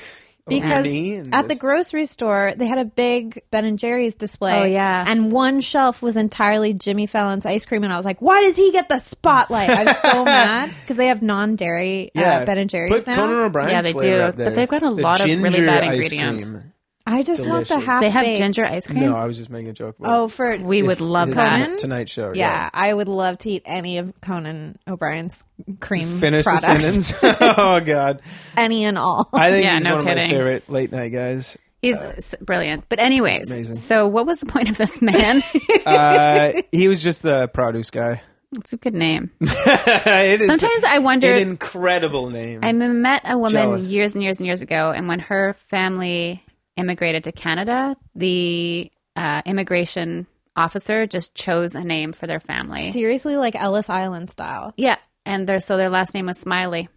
S2: because
S3: me and
S2: at the
S3: this-
S2: grocery store they had a big Ben and Jerry's display.
S1: Oh, yeah.
S2: and one shelf was entirely Jimmy Fallon's ice cream, and I was like, "Why does he get the spotlight?" I was so mad because they have non-dairy uh, Ben and Jerry's
S3: put
S2: now.
S3: Conan O'Brien's
S1: Yeah, they
S3: flavor
S1: do,
S3: up
S1: but
S3: there.
S1: they've got a
S3: The
S1: lot of really
S3: ginger
S1: bad
S3: ice
S1: ingredients.
S3: cream.
S2: I just want the
S3: Delicious.
S2: half.
S1: They have
S2: baked.
S1: ginger ice cream.
S3: No, I was just making a joke. but
S2: Oh, for
S1: We would
S3: if
S1: love
S3: his
S1: that.
S3: tonight- Tonight show.
S2: yeah, I would love to eat any of Conan O'Brien's cream
S3: Finish
S2: products,
S3: the sentence. oh God,
S2: any and all.
S3: I think
S1: Yeah,
S3: he's
S1: no
S3: one of
S1: kidding.
S3: my favorite late night guys.
S1: He's s brilliant. But
S3: amazing.
S1: anyways, so what was the point of this man?
S3: Uh, he was just the produce guy.
S1: it's a good name.
S3: it is
S1: Sometimes I wonder.
S3: an incredible name.
S1: I m- met a woman
S3: Jealous.
S1: years and years and years ago, and when her family immigrated to Canada, the uh, immigration officer just chose a name for their family.
S2: Seriously, like Ellis Island style.
S1: Yeah, and their so their last name was Smiley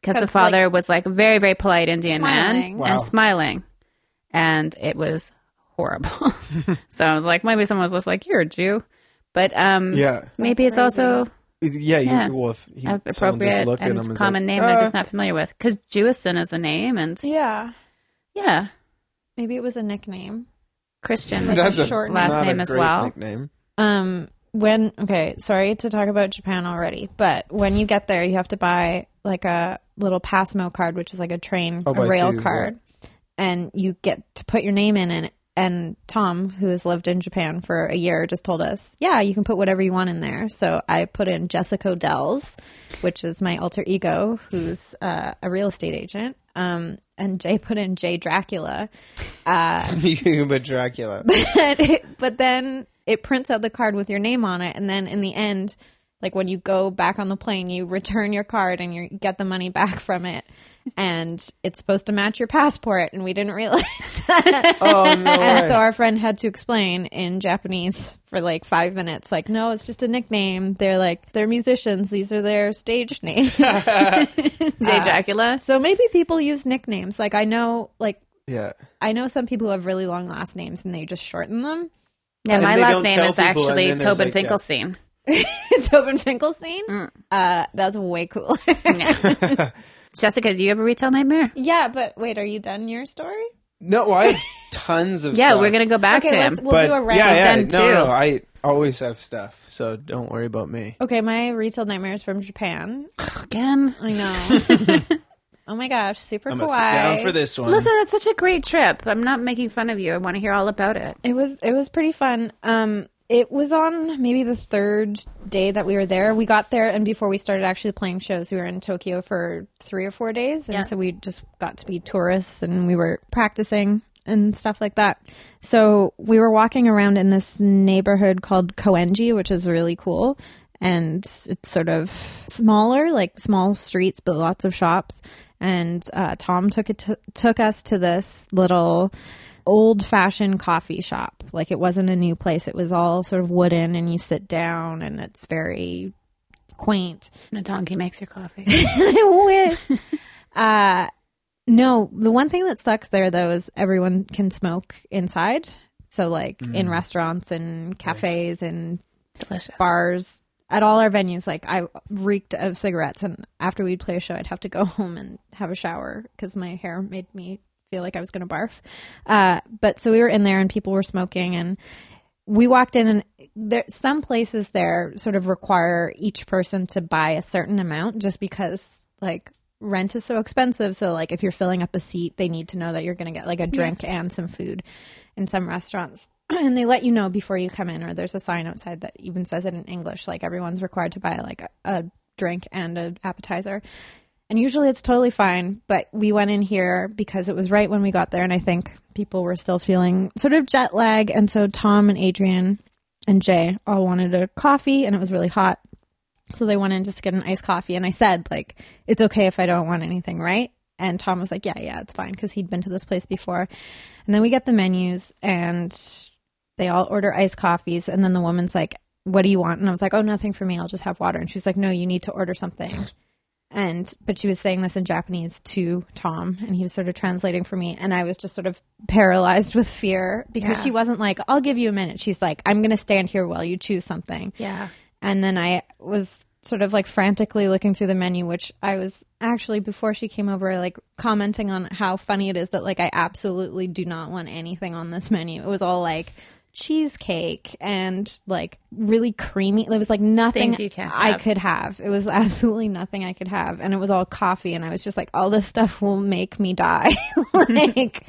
S1: because the
S2: 'Cause,
S1: father was like a very very polite Indian
S2: Smiling.
S1: man
S3: Wow.
S1: and smiling, and it was horrible. so I was like, maybe someone was just like, "You're a Jew," but um,
S3: yeah,
S1: maybe it's also
S3: yeah. You,
S1: Yeah.
S3: well, if
S1: a
S3: he, someone just
S1: appropriate
S3: looked at him
S1: and
S3: and was
S1: common
S3: like,
S1: name they're just
S3: "Uh,
S1: not familiar with because Jewison is a name, and
S2: Yeah,
S1: yeah,
S2: maybe it was a nickname.
S1: Christian.
S2: That's a
S1: was
S2: short
S1: last
S3: not Oh, a
S1: name as
S3: great
S1: well.
S3: Nickname.
S2: Um, when okay, sorry to talk about Japan already, but when you get there, you have to buy like a little Passmo card, which is like a train,
S3: I'll
S2: a
S3: buy
S2: rail
S3: two, yeah.
S2: card, and you get to put your name in. And and Tom, who has lived in Japan for a year, just told us, yeah, you can put whatever you want in there. So I put in Jessica Dells, which is my alter ego, who's uh, a real estate agent. Um, and Jay put in Jay Dracula,
S3: you but Dracula.
S2: but, it- but then it prints out the card with your name on it and then in the end like when you go back on the plane you return your card and you get the money back from it and it's supposed to match your passport and we didn't realize
S3: oh no!
S2: and
S3: way.
S2: so our friend had to explain in japanese for like five minutes like no it's just a nickname they're like they're musicians these are their stage names
S1: J. Dracula.
S2: so maybe people use nicknames like i know like
S3: yeah.
S2: i know some people who have really long last names and they just shorten them
S1: Yeah,
S3: And
S1: my
S3: they
S1: last
S3: don't
S1: name
S3: tell
S1: is
S3: people, and
S1: actually
S3: then there's
S1: Tobin
S3: like, yeah.
S1: Finkelstein.
S2: Tobin Finkelstein. Uh, that's way cooler.
S1: Jessica, do you have a retail nightmare?
S2: yeah, but wait, are you done your story?
S3: No, well, I have tons of.
S1: Yeah,
S3: stuff,
S1: we're gonna go back
S2: okay,
S1: to him.
S2: let's, we'll do a round.
S3: Yeah, yeah,
S1: He's
S3: no,
S1: done
S3: no,
S1: two.
S3: I always have stuff, so don't worry about me.
S2: Okay, my retail nightmare is from Japan.
S1: Again.
S2: I know. oh my gosh, super
S3: I'm
S2: kawaii.
S3: gonna sit down for this one.
S1: Listen, that's such a great trip. I'm not making fun of you. I want to hear all about it.
S2: It was it was pretty fun. Um, it was on maybe the third day that we were there. We got there, and before we started actually playing shows, we were in Tokyo for three or four days, and
S1: Yeah.
S2: so we just got to be tourists, and we were practicing and stuff like that. So we were walking around in this neighborhood called Koenji, which is really cool. and it's sort of smaller, like small streets, but lots of shops. And uh, Tom took it to, took us to this little old fashioned coffee shop. Like it wasn't a new place; it was all sort of wooden, and you sit down, and it's very quaint.
S1: Natonki makes your coffee.
S2: I wish. uh, no, the one thing that sucks there though is everyone can smoke inside. So like in restaurants and cafes and
S1: Delicious.
S2: bars at all our venues like i reeked of cigarettes and after we'd play a show i'd have to go home and have a shower because my hair made me feel like i was going to barf uh, but so we were in there and people were smoking and we walked in and there some places there sort of require each person to buy a certain amount just because like rent is so expensive so like if you're filling up a seat they need to know that you're going to get like a drink and some food in some restaurants and they let you know before you come in or there's a sign outside that even says it in english like everyone's required to buy like a, a drink and an appetizer and usually it's totally fine but we went in here because it was right when we got there and i think people were still feeling sort of jet lag and so tom and adrian and jay all wanted a coffee and it was really hot so they went in just to get an iced coffee and i said like it's okay if i don't want anything right and tom was like yeah yeah it's fine because he'd been to this place before and then we get the menus and they all order iced coffees and then the woman's like what do you want and i was like oh nothing for me i'll just have water and she's like no you need to order something and but she was saying this in japanese to tom and he was sort of translating for me and i was just sort of paralyzed with fear because she wasn't like i'll give you a minute she's like i'm going to stand here while you choose something
S1: yeah.
S2: and then I was sort of like frantically looking through the menu, which I was actually before she came over, like commenting on how funny it is that like I absolutely do not want anything on this menu. It was all like cheesecake and like really creamy. It was like nothing
S1: Things you can't
S2: I
S1: have.
S2: could have. It was absolutely nothing I could have, and it was all coffee. And I was just like, all this stuff will make me die. like,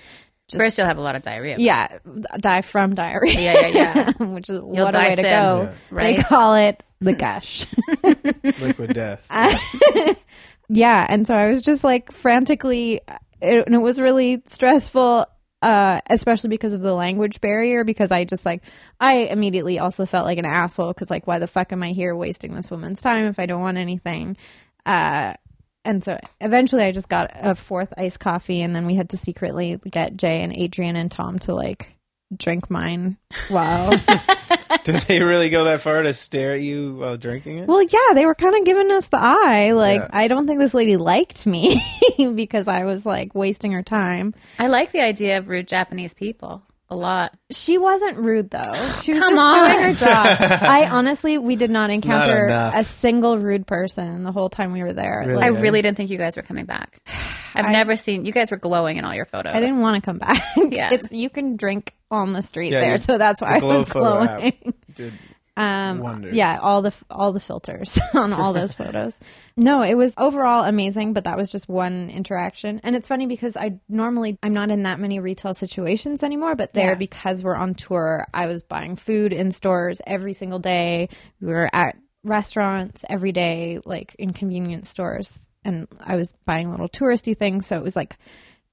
S1: First, you'll have a lot of diarrhea.
S2: yeah, die from diarrhea
S1: Yeah, yeah, yeah.
S2: which is what a
S1: die
S2: way to
S1: thin,
S2: go.
S3: Yeah.
S1: right?
S2: They call it the gush.
S3: Liquid death.
S2: yeah, and so I was just like frantically, it, and it was really stressful, uh, especially because of the language barrier. Because I just like I immediately also felt like an asshole because like why the fuck am I here wasting this woman's time if I don't want anything. Uh, and so eventually I just got a fourth iced coffee and then we had to secretly get Jay and Adrian and Tom to like drink mine while
S3: Did they really go that far to stare at you while drinking it?
S2: Well, yeah, they were kind of giving us the eye. Like,
S3: Yeah.
S2: I don't think this lady liked me because I was like wasting her time.
S1: I like the idea of rude Japanese people a lot.
S2: She wasn't rude though. She was
S1: Come
S2: just
S1: on.
S2: doing her job. I honestly, we did not
S3: not
S2: encounter
S3: enough.
S2: a single rude person the whole time we were there.
S3: Really?
S1: I
S2: Like,
S3: Yeah.
S1: really didn't think you guys were coming back. I've never seen you guys were glowing in all your photos.
S2: I didn't want to come back.
S1: Yeah.
S2: It's you can drink on the street
S3: Yeah,
S2: there,
S3: you-
S2: so that's why
S3: the
S2: I
S3: glow
S2: was
S3: photo app.
S2: glowing.
S3: Did-
S2: Um,
S3: Wonders.
S2: Yeah, all the f- all the filters on all those photos. No, it was overall amazing, but that was just one interaction. And it's funny because I normally I'm not in that many retail situations anymore, but there
S1: Yeah.
S2: because we're on tour, I was buying food in stores every single day. We were at restaurants every day, like in convenience stores, and I was buying little touristy things, so it was like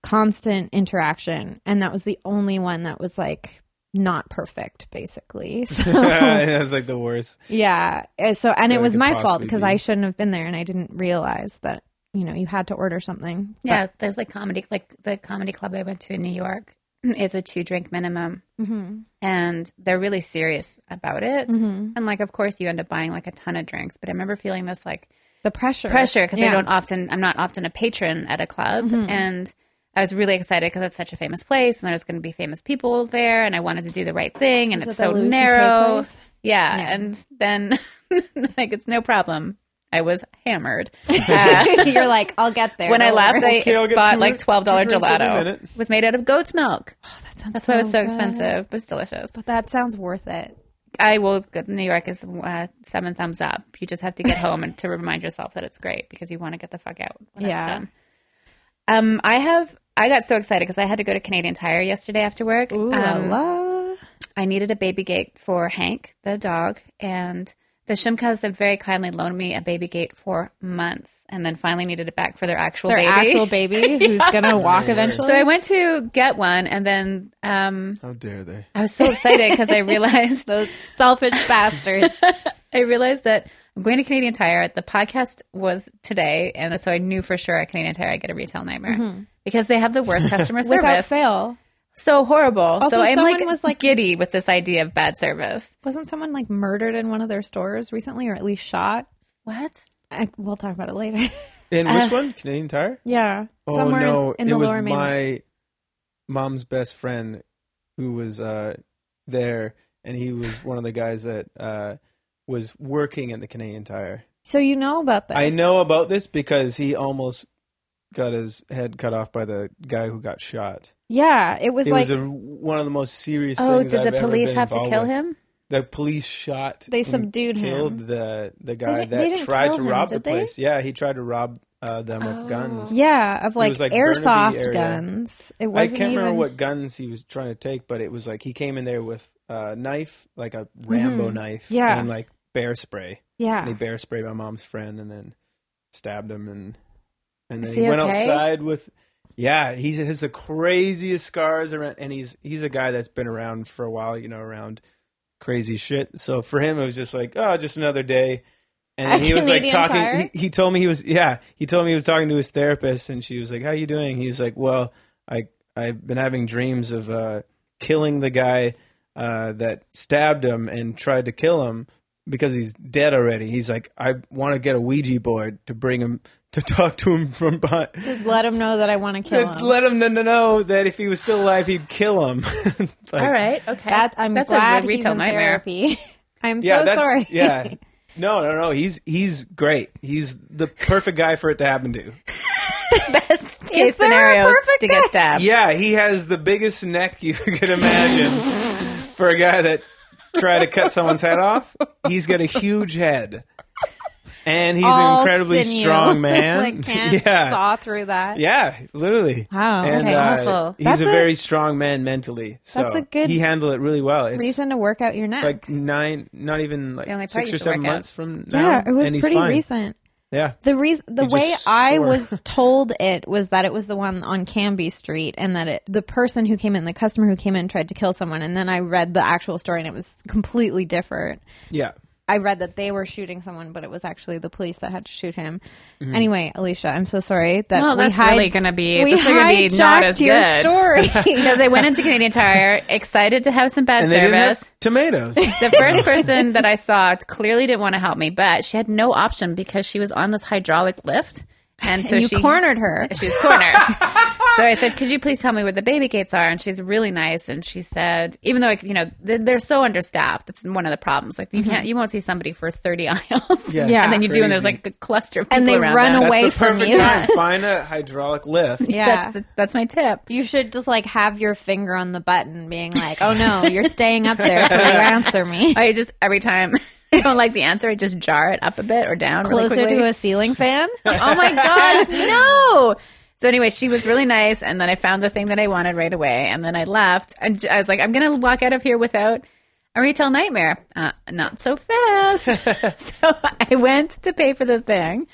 S2: constant interaction, and that was the only one that was like not perfect basically. So
S3: That's like the worst.
S2: yeah. Uh, So, and
S3: Yeah,
S2: it was
S3: could
S2: my fault
S3: possibly
S2: because
S3: be.
S2: I shouldn't have been there and I didn't realize that, you know, you had to order something. But-
S1: Yeah, there's like comedy, like the comedy club I went to in New York is a two drink minimum, Mm-hmm.
S2: Mhm.
S1: and they're really serious about it. And like, of course, you end up buying like a ton of drinks. But I remember feeling this like
S2: The pressure.
S1: pressure because I
S2: Yeah.
S1: don't often, I'm not often a patron at a club, and I was really excited because it's such a famous place, and there's going to be famous people there, and I wanted to do the right thing, and
S2: Is
S1: it's
S2: that
S1: so
S2: the Louis C.K.
S1: narrow.
S2: place?
S1: Yeah,
S2: Yeah.
S1: and then like it's no problem. I was hammered. Uh,
S2: You're like, I'll get there. Oh,
S1: when I
S2: don't
S1: left,
S2: worry.
S1: I
S3: Okay, I'll get
S1: bought
S3: two-
S1: like
S3: two
S1: twelve dollar
S3: drinks in a
S1: gelato.
S3: minute.
S1: It was made out of goat's milk.
S2: That sounds
S1: That's why it was so
S2: good.
S1: expensive, but it's delicious.
S2: But that sounds worth it.
S1: I will. go- New York is uh, seven thumbs up. You just have to get home and to remind yourself that it's great because you want to get the fuck out when
S2: Yeah.
S1: it's done. Um, I have. I got so excited because I had to go to Canadian Tire yesterday after work.
S2: Ooh, la
S1: Um,
S2: la.
S1: I needed a baby gate for Hank, the dog, and the Shimkas had very kindly loaned me a baby gate for months, and then finally needed it back for their actual
S2: Their
S1: baby.
S2: actual baby who's going to walk eventually.
S1: So I went to get one, and then um,
S3: How dare they?
S1: I was so excited because I realized
S2: Those selfish bastards.
S1: I realized that I'm going to Canadian Tire. The podcast was today, and so I knew for sure at Canadian Tire I get a retail nightmare because they have the worst customer
S2: Without
S1: service.
S2: fail.
S1: so horrible.
S2: Also,
S1: so I'm
S2: someone
S1: like,
S2: was,
S1: was
S2: like-
S1: like giddy with this idea of bad service.
S2: Wasn't someone like murdered in one of their stores recently or at least shot?
S1: What?
S2: I, we'll talk about it later.
S3: In
S1: Uh,
S3: which one? Canadian Tire?
S2: yeah.
S3: Oh
S2: Somewhere
S3: no,
S2: in, in
S3: it
S2: the
S3: was
S2: lower mainland.
S3: my mom's best friend who was uh, there, and he was one of the guys that uh, was working at the Canadian Tire.
S2: So you know about this.
S3: I know about this because he almost got his head cut off by the guy who got shot.
S2: Yeah. It was
S3: It
S2: like
S3: was a, one of the most serious.
S1: Oh,
S3: things
S1: did
S3: I've
S1: the
S3: ever
S1: police
S3: been
S1: have to
S3: involved
S1: kill
S3: with.
S1: him?
S3: The police shot.
S2: They
S3: and
S2: subdued him.
S3: killed the the
S2: They
S3: guy
S2: didn't- they
S3: that
S2: didn't
S3: tried
S2: kill
S3: to
S2: him,
S3: rob the
S2: did they? Oh.
S3: place. Yeah, he tried to rob uh, them of guns.
S2: Yeah, of like,
S3: was, like, Burnaby
S2: airsoft
S3: area.
S2: guns. It
S3: I
S2: wasn't
S3: can't
S2: even
S3: remember what guns he was trying to take, but it was like he came in there with a knife, like a Rambo knife,
S2: Mm-hmm. Yeah.
S3: and like bear spray. And
S2: Yeah.
S3: he bear sprayed my mom's friend and then stabbed him and and then
S1: Is
S3: he,
S1: he
S3: went
S1: okay?
S3: outside with yeah, he's has the craziest scars around and he's he's a guy that's been around for a while, you know, around crazy shit. So for him it was just like, oh, just another day. And then
S2: A
S3: he was like
S2: Canadian
S3: talking
S2: Tire?
S3: he, he told me he was yeah, he told me he was talking to his therapist and she was like, How you doing? He was like, Well, I I've been having dreams of uh killing the guy uh, that stabbed him and tried to kill him because he's dead already. He's like, I want to get a Ouija board to bring him to talk to him from behind.
S2: Let him know that I want to kill
S3: To
S2: him.
S3: Let him kn- kn- know that if he was still alive, he'd kill him. Like,
S1: All right. Okay.
S2: that I'm
S1: That's
S2: glad
S1: a
S2: he's
S1: retail
S2: in
S1: nightmare.
S2: therapy. I'm
S3: Yeah,
S2: so
S3: that's
S2: sorry.
S3: yeah. No, no, no. He's he's great. He's the perfect guy for it to happen to.
S1: Best case
S2: there a
S1: scenario
S2: perfect
S1: to get stabbed.
S3: Yeah, he has the biggest neck you could imagine for a guy that tried to cut someone's head off. He's got a huge head. And he's
S2: All
S3: an incredibly
S2: sinew.
S3: strong man.
S2: like can't
S3: yeah.
S2: saw through that.
S3: Yeah, literally.
S2: Wow,
S3: And, uh,
S2: okay.
S1: Awful.
S3: He's
S2: That's
S3: a
S2: a-
S3: very strong man mentally. So
S2: That's a good
S3: he handled it really well. It's
S2: Reason to work out your neck.
S3: like nine not even like
S1: the only part
S3: six
S1: you
S3: or
S1: should
S3: seven
S1: work out.
S3: months from now.
S2: yeah, it was
S3: and he's
S2: pretty
S3: fine.
S2: recent.
S3: Yeah.
S2: The reason, the
S3: It
S2: way
S3: just
S2: I
S3: sore.
S2: was told it was that it was the one on Canby Street, and that it the person who came in, the customer who came in, tried to kill someone, and then I read the actual story, and it was completely different.
S3: Yeah.
S2: I read that they were shooting someone, but it was actually the police that had to shoot him. Anyway, Alicia, I'm so sorry that
S1: Well,
S2: we
S1: that's
S2: hijacked-
S1: really gonna be-
S2: we
S1: this is gonna be not
S2: hijacked
S1: as
S2: your
S1: good.
S2: story.
S1: Because I went into Canadian Tire excited to have some bad
S3: And they didn't
S1: service.
S3: have tomatoes.
S1: The first person that I saw clearly didn't want to help me, but she had no option because she was on this hydraulic lift, and so
S2: you
S1: she
S2: cornered her.
S1: She was cornered. so I said, "Could you please tell me where the baby gates are?" And she's really nice, and she said, "Even though I, you know they're, they're so understaffed, that's one of the problems. Like you can't, you won't see somebody for thirty aisles,
S3: Yeah.
S2: Mm-hmm. Yeah.
S1: and then you do, and there's
S3: Crazy.
S1: like a cluster of people
S2: And they
S1: around
S2: run
S1: them.
S2: away
S3: That's the
S2: from
S3: perfect
S2: you.
S3: time. Find a hydraulic lift.
S2: yeah.
S1: That's, the, that's my tip.
S2: you should just like have your finger on the button, being like, "Oh no, you're staying up there till you answer me."
S1: I just every time I don't like the answer, I just jar it up a bit or down really
S2: Closer
S1: quickly.
S2: to a ceiling fan.
S1: oh my gosh, no. So anyway, she was really nice, and then I found the thing that I wanted right away, and then I left, and j- I was like, I'm gonna walk out of here without a retail nightmare. Uh, not so fast. so I went to pay for the thing,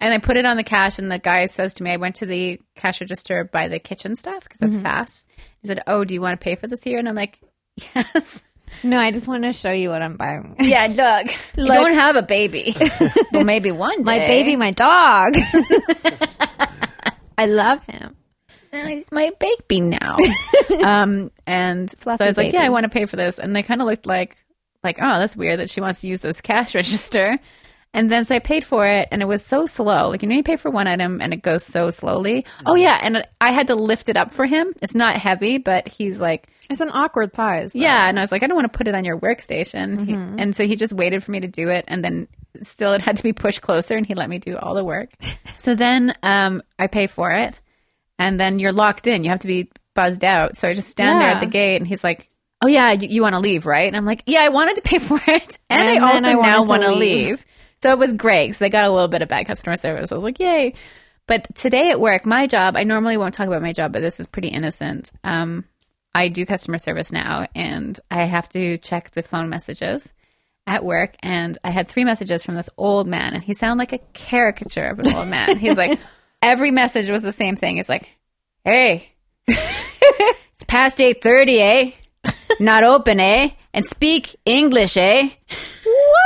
S1: and I put it on the cash, and the guy says to me, I went to the cash register by the kitchen stuff because
S2: Mm-hmm.
S1: it's fast. He said, Oh, do you want to pay for this here? And I'm like, Yes.
S2: No, I just want to show you what I'm buying.
S1: Yeah, look, you
S2: Look.
S1: don't have a baby. well, maybe one day.
S2: My baby, my dog. I love him.
S1: "Oh, he's my baby now. um, and
S2: Fluffy
S1: so I was like,
S2: baby.
S1: yeah, I want to pay for this. And they kind of looked like, like, oh, that's weird that she wants to use this cash register. And then so I paid for it, and it was so slow. Like you know, you pay for one item, and it goes so slowly.
S2: Mm-hmm.
S1: Oh yeah, and I had to lift it up for him. It's not heavy, but he's like,
S2: It's an awkward size. though.
S1: yeah. And I was like, I don't want to put it on your workstation. He- and so he just waited for me to do it. And then still it had to be pushed closer and he let me do all the work. so then um, I pay for it. And then you're locked in. You have to be buzzed out. So I just stand there
S2: Yeah.
S1: at the gate and he's like, Oh, yeah, you, you want to leave, right? And I'm like, Yeah, I wanted to pay for it. And,
S2: And
S1: I
S2: then
S1: also
S2: I wanted
S1: now
S2: to
S1: want to
S2: leave.
S1: leave. So it was great because I got a little bit of bad customer service. I was like, Yay. But today at work, my job, I normally won't talk about my job, but this is pretty innocent. Um, I do customer service now and I have to check the phone messages at work and I had three messages from this old man and he sounded like a caricature of an old man. He's like every message was the same thing. It's like, "Hey, it's past 8:30, eh? Not open, eh? And speak English, eh?"
S2: What What?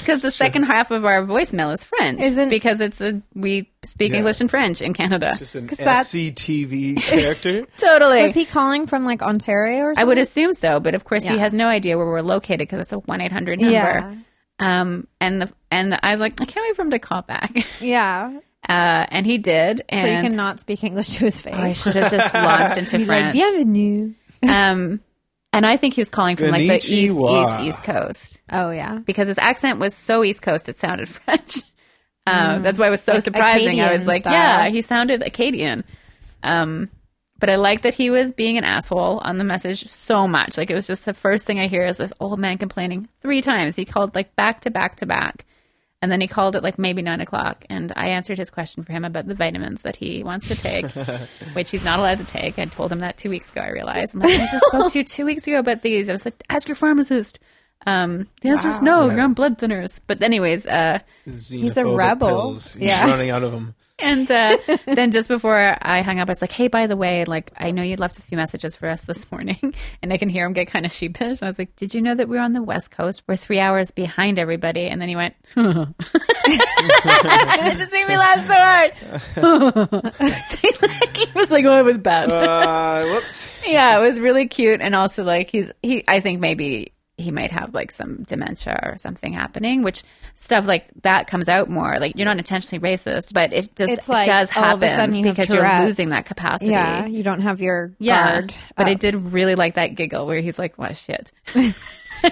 S1: Because the second half of our voicemail is French,
S2: Isn't-
S1: because it's a we speak
S3: Yeah.
S1: English and French in Canada.
S3: Just an
S2: that-
S3: SCTV character.
S1: totally.
S2: Was he calling from like Ontario or
S1: I
S2: something?
S1: would assume so, but of course he
S2: Yeah.
S1: has no idea where we're located because it's a one eight hundred number.
S2: Yeah.
S1: Um, and the and I was like, I can't wait for him to call back.
S2: Yeah.
S1: Uh, and he did. And
S2: So you cannot speak English to his face.
S1: Oh, I should have just launched into French.
S2: Bienvenue.
S1: Um, and I think he was calling from like the east, east,
S3: Konnichiwa.
S1: east coast
S2: Oh yeah.
S1: because his accent was so east coast it sounded French. Uh, That's why it was so
S2: Like
S1: surprising. I
S2: Mm.
S1: was
S2: Acadian
S1: like,
S2: style.
S1: yeah, he sounded Acadian. Um, but I like that he was being an asshole on the message so much. Like it was just the first thing I hear is this old man complaining three times. He called like back to back to back. And then he called at like maybe nine o'clock, and I answered his question for him about the vitamins that he wants to take, which he's not allowed to take. I told him that two weeks ago. I realized I'm like, I just spoke to you two weeks ago about these. I was like, ask your pharmacist. Um, the answer is no. You're on blood thinners. But anyways, uh,
S3: He's
S2: a rebel.
S3: Pills. He's
S2: Yeah.
S3: running out of them.
S1: and uh, then just before I hung up, I was like, "Hey, by the way, like I know you left a few messages for us this morning," and I can hear him get kind of sheepish. I was like, "Did you know that we're on the West Coast? We're three hours behind everybody." And then he went, "It just made me laugh so hard." So, like, he was like, "Oh, it was bad."
S3: Uh, whoops.
S1: yeah, it was really cute, and also like he's he. I think maybe he might have like some dementia or something happening, which stuff like that comes out more. Like you're not intentionally racist, but it just
S2: It's like,
S1: it does
S2: all of
S1: happen
S2: a sudden you have
S1: because you're
S2: Tourette's.
S1: losing that capacity.
S2: Yeah. You don't have your Uh,
S1: Yeah,
S2: guard.
S1: but I
S2: up.
S1: did really like that giggle where he's like, "What shit." I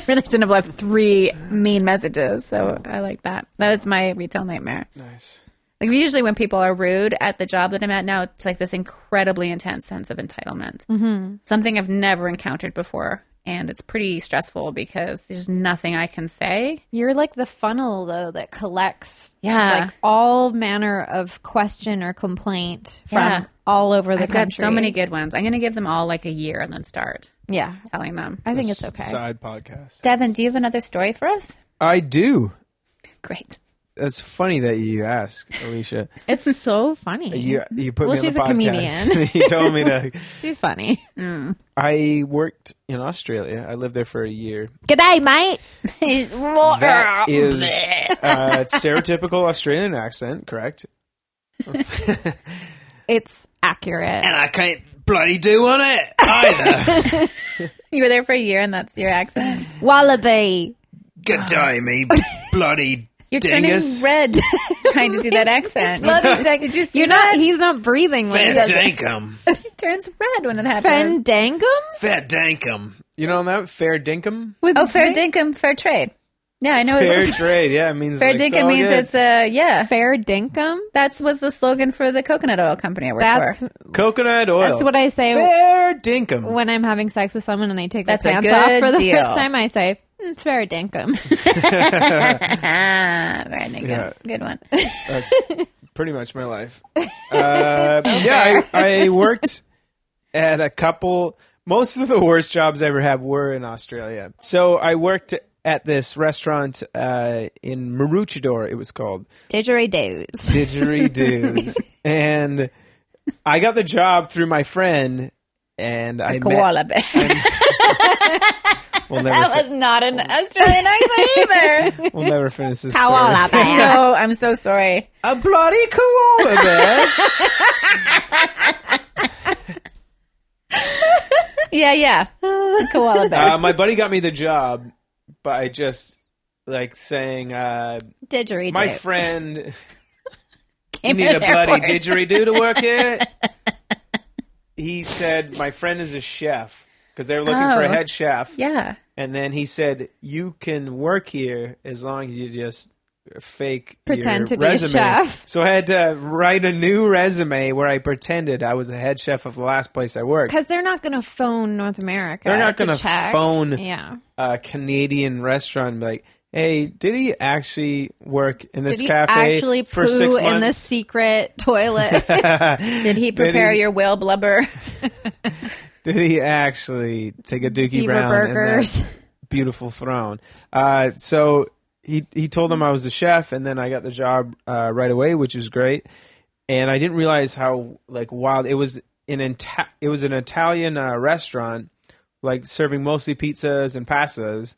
S1: really didn't have left three mean messages, so I like that. That was my retail nightmare.
S3: Nice.
S1: Like usually when people are rude at the job that I'm at now, it's like this incredibly intense sense of entitlement. Mm-hmm. Something I've never encountered before. And it's pretty stressful because there's nothing I can say.
S2: You're like the funnel though that collects just,
S1: Yeah.
S2: like all manner of question or complaint from
S1: Yeah.
S2: all over the
S1: I've got
S2: country.
S1: so many good ones. I'm going to give them all like a year and then start
S2: Yeah.
S1: telling them.
S2: I think it's okay.
S3: Side podcast.
S1: Devin, do you have another story for us?
S3: I do.
S1: Great.
S3: That's funny that you ask, Alicia.
S2: It's so funny.
S3: You you put
S2: Well,
S3: me on
S2: she's
S3: the
S2: a
S3: podcast.
S2: comedian.
S3: you told me to.
S2: She's funny.
S3: I worked in Australia. I lived there for a year.
S2: G'day, mate.
S3: That is uh, stereotypical Australian accent, correct?
S2: It's accurate.
S3: I can't bloody do on it either.
S1: You were there for a year and that's your accent.
S2: Wallaby.
S3: Good day, me bloody
S1: You're turning red trying to do that accent. Did you see
S2: You're not. He's not breathing when he does it.
S4: dankum.
S1: it turns red when it happens?
S2: Fandankum?
S4: Fat dankum.
S3: You know that fair dinkum,
S1: oh, fair dinkum, fair trade. Yeah, I know.
S3: fair
S1: it
S3: trade. Yeah, it means
S1: fair
S3: like,
S1: dinkum
S3: all
S1: means
S3: good.
S1: it's a yeah.
S2: Fair dinkum?
S1: That's was the slogan for the coconut oil company I work
S2: That's
S1: for.
S3: coconut oil.
S2: that's what I say
S3: Oh. fair dinkum.
S2: when I'm having sex with someone and I take
S1: That's a
S2: their pants
S1: good
S2: off for the
S1: deal.
S2: first time. I say "Mm, fair dinkum.
S1: Ah, very dinkum.
S3: Yeah.
S1: Good one.
S3: That's pretty much my life. Uh, yeah, I, I worked at a couple. Most of the worst jobs I ever had were in Australia. So I worked at this restaurant uh, in Maruchidor, it was called
S2: Didgeridoos.
S3: Didgeridoos. and I got the job through my friend, and I met.
S1: Koala bear.
S3: We'll
S1: that
S3: never, fi-
S1: was not an Australian accent either.
S3: we'll never finish this.
S2: Koala
S3: story.
S2: bear.
S1: no, I'm so sorry.
S3: A bloody koala bear.
S1: Yeah, yeah. Koala bear.
S3: uh, my buddy got me the job by just like saying, uh,
S2: Didgeridoo.
S3: "My friend, you
S1: Came
S3: need
S1: in
S3: a bloody
S1: airports.
S3: didgeridoo to work here." he said, "My friend is a chef because they were looking for
S1: Oh.
S3: a head chef."
S1: Yeah.
S3: And then he said, "You can work here as long as you just." Fake
S2: Pretend
S3: your
S2: to be a
S3: resume."
S2: chef.
S3: So I had to write a new resume where I pretended I was the head chef of the last place I worked.
S2: Because they're not going to phone North America.
S3: They're not
S2: going
S3: gonna
S2: to check.
S3: phone
S2: Yeah.
S3: a Canadian restaurant and be like, hey, did he actually work in this
S2: Did you
S3: cafe
S2: actually
S3: for
S2: poo
S3: six months?
S2: in the secret toilet?
S1: Did he prepare your whale blubber?
S3: did he actually take a Dookie
S2: Beaver
S3: Brown in that
S2: burgers.
S3: beautiful throne? Uh, so he he told them I was a chef, and then I got the job uh, right away, which was great. And I didn't realize how like wild it was. An Ita- it was an Italian uh, restaurant, like serving mostly pizzas and pastas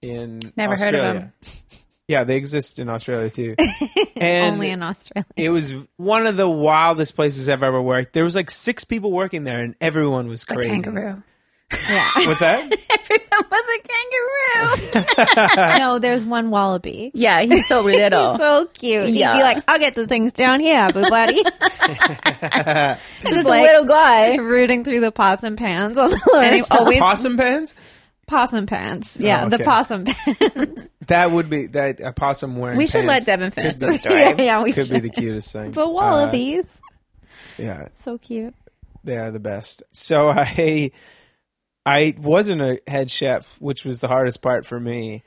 S3: in
S1: Never heard of
S3: Australia.
S1: them.
S3: Yeah, they exist in Australia too. And
S2: Only in Australia.
S3: it was one of the wildest places I've ever worked. There was like six people working there, and everyone was crazy.
S1: Kangaroo.
S2: Yeah.
S3: What's that?
S1: Everyone was a kangaroo.
S2: no, there's one wallaby.
S1: yeah, he's so little.
S2: He's so cute. He'd
S1: Yeah.
S2: be like, I'll get the things down here, boo buddy.
S1: He's
S2: like-
S1: a little guy.
S2: Rooting through the possum pans on the
S1: And he
S2: Lord.
S1: always
S3: Possum pans?
S2: possum pants. Yeah,
S3: Oh,
S2: the
S3: okay.
S2: possum pants.
S3: That would be that a possum wearing.
S1: We should let
S3: pants
S1: Devin finish
S3: could
S1: the
S3: be-
S1: story.
S2: yeah, yeah, we
S3: Could
S2: should.
S3: be the cutest thing.
S2: But wallabies.
S3: Uh, yeah,
S2: so cute.
S3: they are the best. So I, I wasn't a head chef, which was the hardest part for me.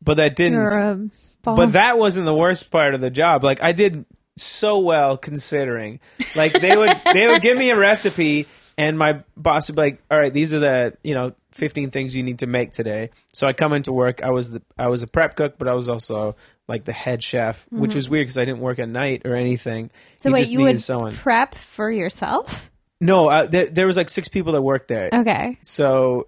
S3: But that didn't.
S2: Or a ball.
S3: But that wasn't the worst part of the job. Like I did so well considering. Like they would they would give me a recipe and my boss would be like, "All right, these are the, you know, 15 things you need to make today." So I come into work, I was the I was a prep cook, but I was also like the head chef, which was weird cuz I didn't work at night or anything.
S2: Mm-hmm. so
S3: you
S2: wait,
S3: just
S2: you
S3: needed
S2: would
S3: someone.
S2: prep for yourself?
S3: no, uh, there, there was like six people that worked there.
S2: Okay.
S3: So,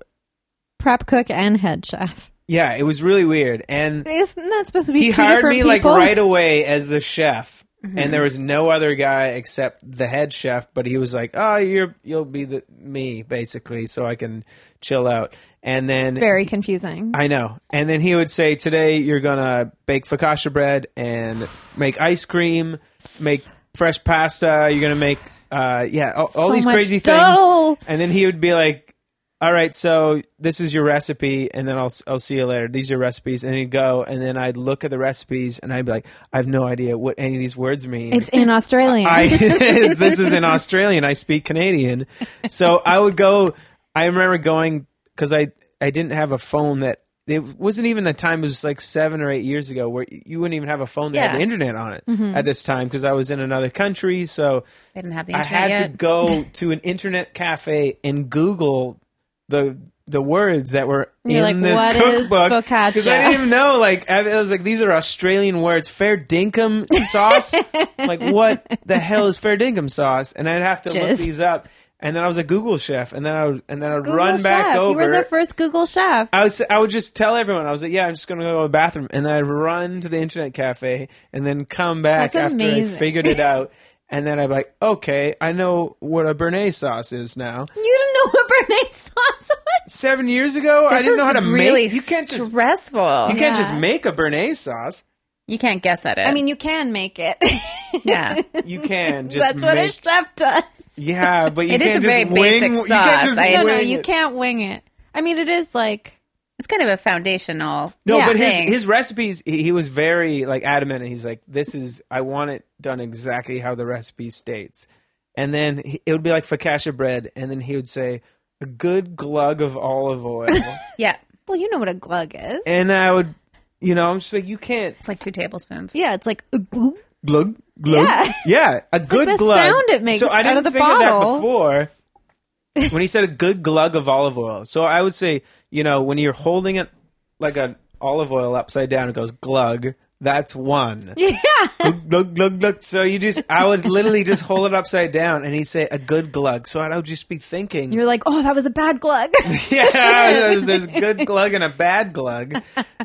S2: Prep cook and head chef.
S3: yeah, it was really weird. And
S2: Isn't that supposed to be
S3: he
S2: two
S3: hired
S2: different
S3: me
S2: people? Mm-hmm.
S3: like right away as the chef and there was no other guy except the head chef but he was like oh you're you'll be the me basically so i can chill out and then
S2: Very confusing.
S3: i know and then he would say today you're gonna bake focaccia bread and make ice cream make fresh pasta you're gonna make uh yeah all, all
S2: So
S3: these
S2: much
S3: crazy
S2: dough.
S3: things and then he would be like all right, so this is your recipe, and then I'll I'll see you later. These are your recipes, and he'd go, and then I'd look at the recipes, and I'd be like, I have no idea what any of these words mean.
S2: it's in Australia.
S3: I this is in Australian. I speak Canadian, so I would go. I remember going because I I didn't have a phone that it wasn't even the time. It was like seven or eight years ago where you wouldn't even have a phone that had
S1: Yeah.
S3: the internet on it at this time because I was in another country. So
S1: They didn't have the
S3: I
S1: internet
S3: had
S1: yet.
S3: to go to an internet cafe and Google the the words that were
S2: You're like,
S3: in this
S2: "What is
S3: cookbook because I
S2: focaccia?"
S3: didn't even know. Like I, I was like, these are Australian words. Fair dinkum sauce. like what the hell is fair dinkum sauce? And I'd have to look
S2: Just-
S3: these up. And then I was a Google chef, and then I would and then I would
S2: Google
S3: run
S2: chef.
S3: back over.
S2: You were the first Google chef.
S3: I was I would just tell everyone I was like, yeah, I'm just gonna go to the bathroom, and then I'd run to the internet cafe, and then come back
S2: That's
S3: after
S2: amazing.
S3: I figured it out, and then I'd be like, okay, I know what a béarnaise sauce is now.
S2: You didn't know what Bernays sauce was.
S3: Seven years ago, I
S1: This
S3: didn't know
S1: was
S3: how to
S1: really
S3: make. You can't just
S1: stressful.
S3: you can't just
S2: Yeah.
S3: make a béarnaise sauce.
S1: You can't guess at it.
S2: I mean, you can make it.
S1: yeah.
S3: You can just
S2: That's what
S3: make,
S2: a chef does.
S3: yeah, but you
S1: It is
S3: can't
S1: a
S3: just
S1: very
S3: wing,
S1: basic
S3: You can't
S1: sauce.
S3: just
S1: I-
S2: No, no,
S3: wing
S2: you
S3: it.
S2: can't wing it. I mean, it is like
S1: It's kind of a foundational.
S3: No,
S2: Yeah.
S3: but his
S1: thing.
S3: his recipes, he, he was very like adamant, and he's like, "This is I want it done exactly how the recipe states." And then he, it would be like focaccia bread, and then he would say, "A good glug of olive oil,"
S1: yeah,
S2: well, you know what a glug is.
S3: and I would, you know, I'm just like, "You can't
S1: it's like two tablespoons.
S2: yeah, it's like a glug.
S3: glug glug."
S2: Yeah.
S3: yeah, a good
S2: the
S3: glug.
S2: sound it makes
S3: So I
S2: out
S3: didn't
S2: of the
S3: think
S2: bottle.
S3: that before. when he said a good glug of olive oil, so I would say, you know, when you're holding it like an olive oil upside down, it goes glug. That's one.
S2: Yeah,
S3: glug glug glug. So you just, I would literally just hold it upside down, and he'd say a good glug. So I would just be thinking,
S2: you're like, oh, that was a bad glug.
S3: yeah, there's, there's a good glug and a bad glug,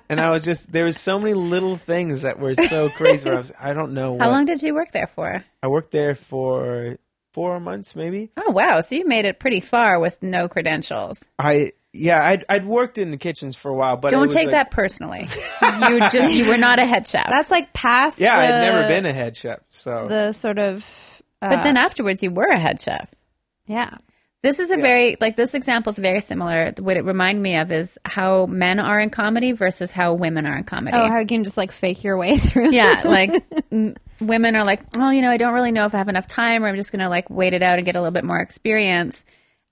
S3: and I was just there was so many little things that were so crazy. Where I was, I don't know. What.
S1: How long did you work there for?
S3: I worked there for four months, maybe.
S1: Oh wow, so you made it pretty far with no credentials.
S3: I yeah, I'd, I'd worked in the kitchens for a while, but it
S1: Don't
S3: was
S1: take
S3: like-
S1: that personally. you just you were not a head chef.
S2: That's like past.
S3: Yeah,
S2: the,
S3: I'd never been a head chef, so
S2: the sort of. Uh,
S1: but then afterwards, you were a head chef.
S2: yeah,
S1: This is a very like this example is very similar. What it reminded me of is how men are in comedy versus how women are in comedy.
S2: oh, how you can just like fake your way through.
S1: yeah, like m- women are like, oh, you know, I don't really know if I have enough time, or I'm just going to like wait it out and get a little bit more experience,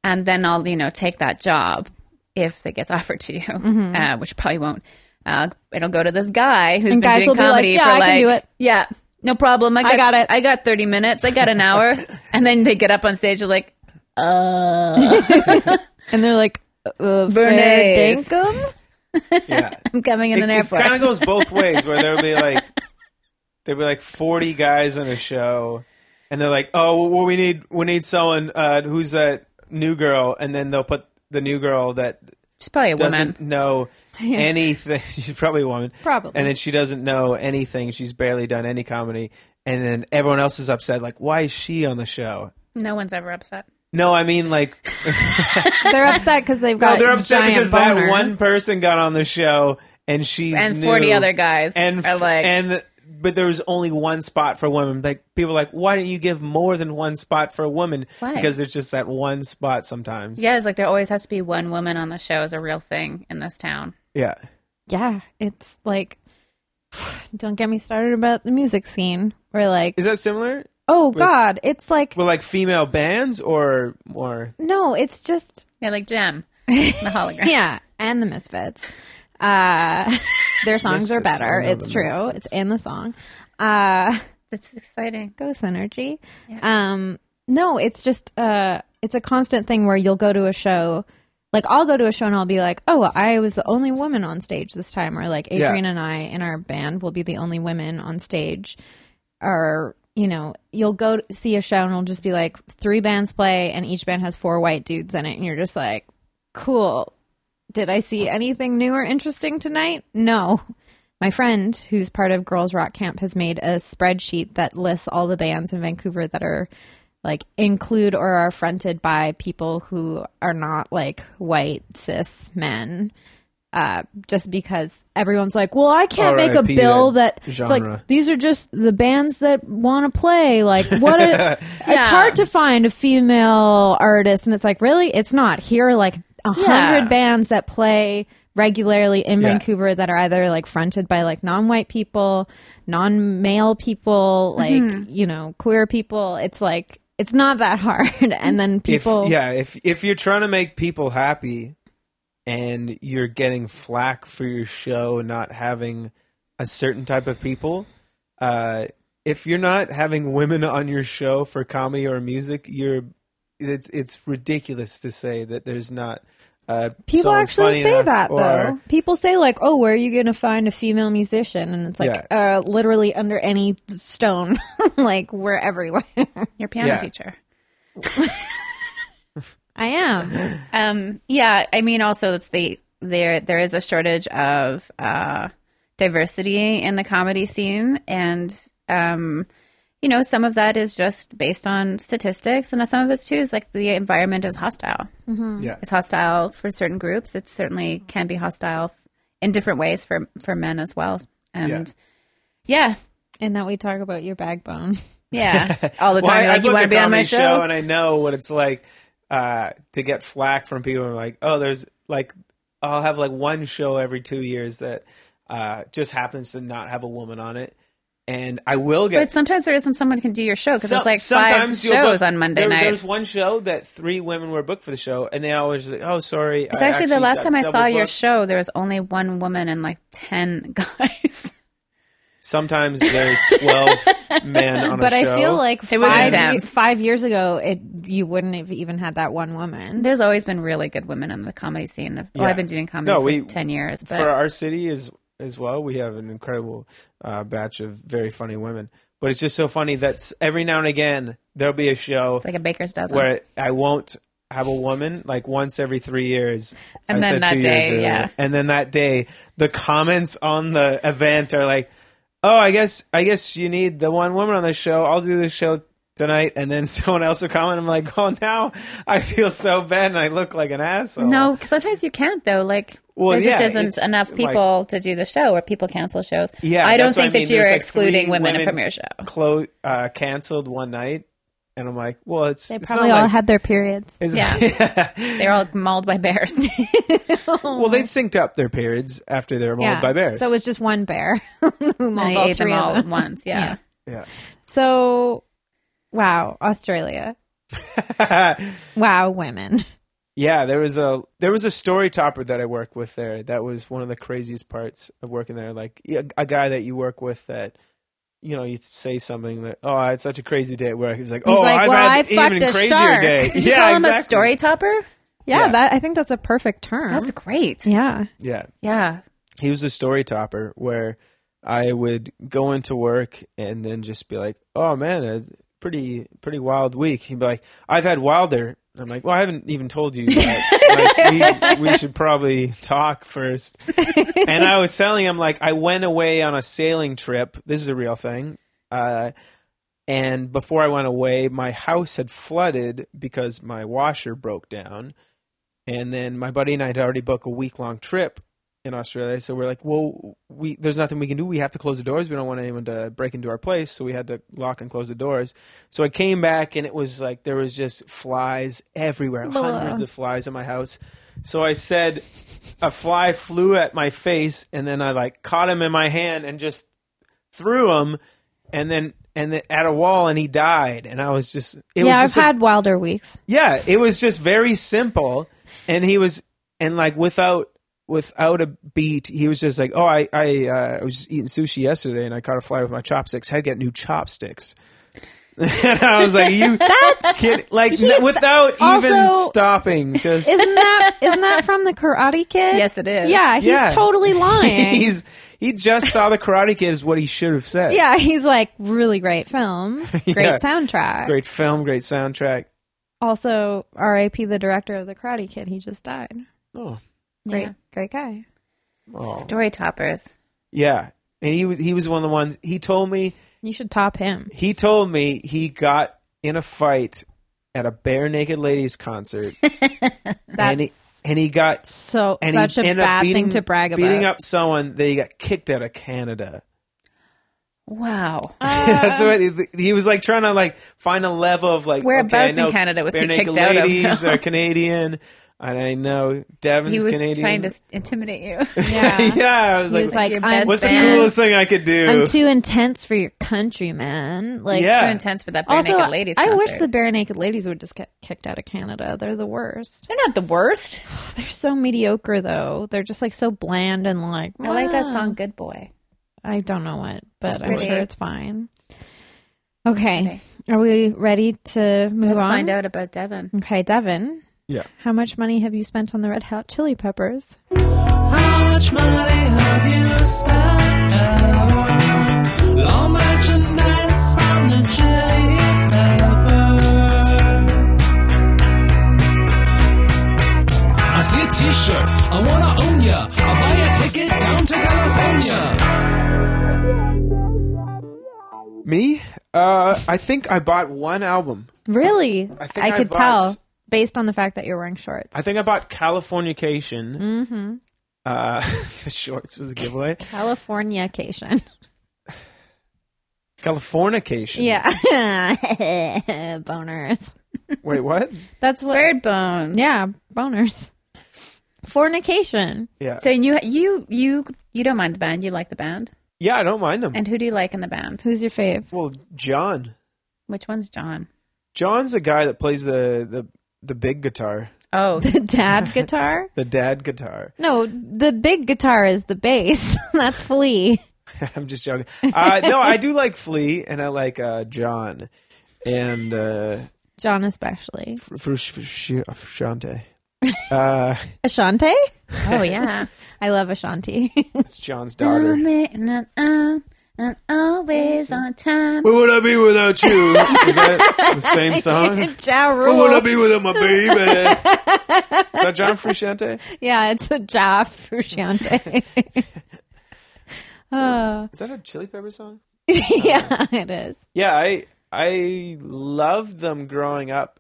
S1: and then I'll you know take that job if it gets offered to you,
S2: Mm-hmm.
S1: uh, which probably won't. Uh, it'll go to this guy who's been
S2: guys
S1: doing
S2: will be like,
S1: comedy
S2: "Yeah,
S1: for
S2: I
S1: like,
S2: can do it."
S1: yeah, no problem. I got,
S2: got it.
S1: I got 30 minutes. I got an hour, and then they get up on stage and like,
S2: and they're like, uh, fair
S1: Bernays.
S2: dinkum?
S3: yeah.
S1: I'm coming in
S3: it,
S1: an airport.
S3: kind of goes both ways, where there'll be like there'll be like forty guys on a show, and they're like, "Oh, well, we need we need someone uh, who's that new girl," and then they'll put the new girl that
S1: She's probably a woman.
S3: doesn't know anything. She's probably a woman.
S2: Probably.
S3: And then she doesn't know anything. She's barely done any comedy. And then everyone else is upset. Like, why is she on the show?
S1: No one's ever upset.
S3: No, I mean like
S2: They're upset because they've
S3: no,
S2: got
S3: they're upset
S2: giant
S3: because
S2: boners.
S3: that one person got on the show and she's
S1: And
S3: new.
S1: 40 other guys
S3: and
S1: are
S3: f-
S1: like,
S3: and but there was only one spot for women. Like people are like, why don't you give more than one spot for a woman?
S1: Why?
S3: Because there's just that one spot sometimes.
S1: yeah, it's like there always has to be one woman on the show is a real thing in this town.
S3: Yeah.
S2: Yeah, it's like don't get me started about the music scene. We're like,
S3: Is that similar?
S2: oh god, it's like
S3: Well, like female bands or or
S2: no, it's just
S1: Yeah, like Jem, the hologram.
S2: yeah, and the Misfits. Uh, their songs are
S3: Misfits,
S2: better.
S3: I know
S2: It's
S3: the
S2: true.
S3: Misfits.
S2: It's in the song. Uh,
S1: It's exciting.
S2: go synergy. Um, no, it's just uh, it's a constant thing where you'll go to a show. Like I'll go to a show and I'll be like, "Oh, I was the only woman on stage this time," or like
S3: Yeah.
S2: Adrian and I in our band will be the only women on stage, or you know, you'll go to see a show and it'll just be like three bands play and each band has four white dudes in it, and you're just like, "Cool, did I see anything new or interesting tonight? No. My friend, who's part of Girls Rock Camp, has made a spreadsheet that lists all the bands in Vancouver that are like include or are fronted by people who are not like white cis men. Uh, just because everyone's like, well, I can't make a
S3: R.I.P.
S2: bill
S3: that
S2: that it's like
S3: genre.
S2: these are just the bands that want to play. Like, what? Are, It's
S1: Yeah.
S2: hard to find a female artist, and it's like, really, it's not. Here are like a hundred
S1: Yeah.
S2: bands that play regularly in
S3: Yeah.
S2: Vancouver that are either like fronted by like non-white people, non-male people, like
S3: Mm-hmm.
S2: you know, queer people. It's like it's not that hard. And then
S3: if
S2: people,
S3: yeah, if if you're trying to make people happy and you're getting flack for your show not having a certain type of people, uh if you're not having women on your show for comedy or music, you're it's it's ridiculous to say that there's not uh
S2: people
S3: someone
S2: actually
S3: funny
S2: say
S3: enough
S2: that
S3: or-
S2: though. People say like, "Oh, where are you going to find a female musician?" And it's like, uh, literally under any stone, like we're everywhere.
S1: Your piano
S3: Yeah.
S1: teacher.
S2: I am.
S1: Um, yeah, I mean, also it's the there there is a shortage of uh, diversity in the comedy scene, and um, you know, some of that is just based on statistics, and some of it's too is like the environment is hostile.
S3: Yeah.
S1: It's hostile for certain groups. It certainly can be hostile in different ways for for men as well. And yeah,
S2: And that we talk about your backbone.
S1: yeah, all the
S3: Well,
S1: time.
S3: I- I
S1: like you
S3: book
S1: want
S3: a
S1: to be on my
S3: comedy
S1: show.
S3: and I know what it's like uh, to get flack from people. And like, oh, there's like, I'll have like one show every two years that uh, just happens to not have a woman on it, and I will get.
S1: but sometimes there isn't someone who can do your show because
S3: some-
S1: it's like five
S3: sometimes you'll
S1: shows
S3: book-
S1: on Monday
S3: there-
S1: night.
S3: There's one show that three women were booked for the show, and they always like, oh, sorry.
S1: It's actually, the last time I saw your
S3: show.
S1: show, there was only one woman and like 10 guys.
S3: Sometimes there's twelve men on a
S2: But
S3: show.
S2: I feel like
S1: It was
S2: five,
S1: intense.
S2: ye- five years ago, it you wouldn't have even had that one woman.
S1: There's always been really good women in the comedy scene. Well,
S3: Yeah.
S1: I've been doing comedy
S3: No,
S1: for
S3: we-
S1: 10 years. But
S3: for our city as as well. We have an incredible uh, batch of very funny women, but it's just so funny that s- every now and again there'll be a show
S1: it's like a baker's dozen.
S3: where I won't have a woman like once every three years.
S1: And then that day, yeah.
S3: And then that day, the comments on the event are like, "Oh, I guess I guess you need the one woman on the show. I'll do the show." Tonight, and then someone else will comment. I'm like, oh, now I feel so bad, and I look like an asshole.
S1: no, 'cause sometimes you can't, though. Like,
S3: Well,
S1: there just
S3: yeah,
S1: isn't
S3: it's
S1: enough
S3: like-
S1: people to do the show or people cancel shows.
S3: Yeah,
S1: I don't
S3: that's what
S1: think that
S3: mean.
S1: you're
S3: There's, like,
S1: excluding
S3: three
S1: women, from your show.
S3: Clo- uh, canceled one night, and I'm like, well, it's
S2: They
S3: it's
S2: probably
S3: not
S2: all
S3: like-
S2: had their periods.
S3: it's-
S1: They're all mauled by bears.
S3: well, they synced up their periods after they were mauled by bears.
S2: So it was just one bear who
S1: and
S2: mauled
S1: I
S2: all
S1: ate them
S2: three
S1: all
S2: of
S1: at
S2: them.
S1: once. Yeah.
S2: Yeah.
S3: yeah.
S2: So, wow, Australia. Wow, women.
S3: Yeah, there was a there was a story topper that I worked with there. That was one of the craziest parts of working there. Like a, a guy that you work with that, you know, you say something that oh, it's such a crazy day at work. He's like,
S2: He's
S3: oh,
S2: like,
S3: I've
S2: well,
S3: had
S2: I
S3: an
S2: fucked
S3: even
S2: a
S3: crazier
S2: shark.
S3: day.
S1: Did you
S3: yeah,
S1: call him
S3: exactly.
S1: a story topper?
S2: Yeah,
S3: Yeah.
S2: that I think that's a perfect term.
S1: That's great.
S2: yeah.
S3: Yeah,
S1: Yeah.
S3: he was a story topper where I would go into work and then just be like, "Oh man, it's pretty pretty wild week. He'd be like, I've had wilder. I'm like, well, I haven't even told you. That. like, we, we should probably talk first. And I was telling him like I went away on a sailing trip. This is a real thing. Uh, and before I went away, my house had flooded because my washer broke down. And then my buddy and I had already booked a week long trip in Australia. So we're like, well, we there's nothing we can do. We have to close the doors. We don't want anyone to break into our place, so we had to lock and close the doors. So I came back and it was like there was just flies everywhere, hundreds of flies in my house. So I said, a fly flew at my face, and then I like caught him in my hand and just threw him, and then and then at a wall, and he died. And I was just, it was
S2: yeah, I've
S3: just a-
S2: had wilder weeks.
S3: yeah, it was just very simple, and he was and like without without a beat, he was just like, "Oh, I I, uh, I was just eating sushi yesterday, and I caught a fly with my chopsticks. Had to get new chopsticks." and I was like, "You kid, like n- without even
S2: also-
S3: stopping, just
S2: Isn't that isn't that from the Karate Kid?
S1: Yes, it is.
S2: Yeah, he's
S3: Yeah.
S2: totally lying.
S3: he's he just saw the Karate Kid is what he should have said.
S2: yeah, he's like really great film, great
S3: Yeah.
S2: soundtrack.
S3: great film, great soundtrack.
S2: Also, R.I.P. the director of the Karate Kid. He just died.
S3: Oh,
S2: Great,
S1: Yeah.
S2: great guy.
S3: oh.
S1: Story toppers.
S3: yeah." And he was he was one of the ones he told me
S2: You should top him.
S3: He told me he got in a fight at a bare naked ladies concert,
S2: That's
S3: and he, and he got
S2: so
S3: and
S2: such
S3: he
S2: a
S3: ended up
S2: bad
S3: beating-
S2: thing to brag about.
S3: Beating up someone that he got kicked out of Canada.
S1: Wow.
S2: Uh-huh.
S3: That's what he, he was like trying to like find a level of like
S1: Whereabouts
S3: okay, I
S1: in
S3: know
S1: Canada was he
S3: bare naked
S1: kicked out of?
S3: ladies are Canadian, and I know Devon's
S1: he was
S3: Canadian.
S1: trying to s- intimidate you.
S2: Yeah.
S3: yeah, I was
S2: He
S3: like,
S2: was like,
S1: your
S2: I'm,
S1: best
S3: what's
S1: man.
S3: the coolest thing I could do?
S2: I'm too intense for your country, man. Like,
S3: Yeah.
S1: Too intense for that bare
S2: also,
S1: naked ladies.
S2: I wish
S1: concert.
S2: the bare naked ladies would just get kicked out of Canada. They're the worst.
S1: They're not the worst.
S2: They're so mediocre, though. They're just like so bland and like.
S1: I like that
S2: "Ah."
S1: song, Good Boy.
S2: I don't know what, but I'm
S1: pretty.
S2: sure it's fine. Okay. Are we ready to move
S1: Let's
S2: on?
S1: find out about Devin.
S2: Okay, Devin,
S3: yeah.
S2: how much money have you spent on the Red Hot Chili Peppers?
S4: How much money have you spent? All merchandise from the Chili Peppers. I see a T-shirt. I wanna own ya. I'll buy a ticket down to California.
S3: Me? Uh, I think I bought one album.
S2: Really? I,
S3: think I
S2: could
S3: bought-
S2: tell based on the fact that you're wearing shorts.
S3: I think I bought Californication. Mm-hmm. Uh, the shorts was a giveaway.
S2: Californication.
S3: Californication.
S2: Yeah. boners.
S3: Wait, what?
S2: That's what.
S1: Bird Bone.
S2: Yeah, boners. Fornication.
S3: Yeah.
S1: So you you you you don't mind the band. You like the band.
S3: yeah, I don't mind them.
S1: And who do you like in the band?
S2: Who's your fave?
S3: well, John.
S1: Which one's John?
S3: John's the guy that plays the the the big guitar,
S1: Oh,
S2: The dad guitar?
S3: the dad guitar.
S2: No, the big guitar is the bass. That's Flea.
S3: I'm just joking. Uh, no, I do like Flea and I like uh, John and uh,
S2: John especially.
S3: Fr- Fr- Fr- Fr- Frusciante. Uh,
S2: Ashante?
S1: oh yeah.
S2: I love Ashanti.
S3: it's John's daughter.
S1: and I'm, I'm always on time.
S3: What would I be without you? Is that the same song?
S2: ja Rule.
S3: What would Oh, I be without my baby? Is that John Frusciante?
S2: Yeah, it's a Ja Frusciante. uh,
S3: Is that a Chili Pepper song?
S2: yeah, it is.
S3: Yeah, I I loved them growing up,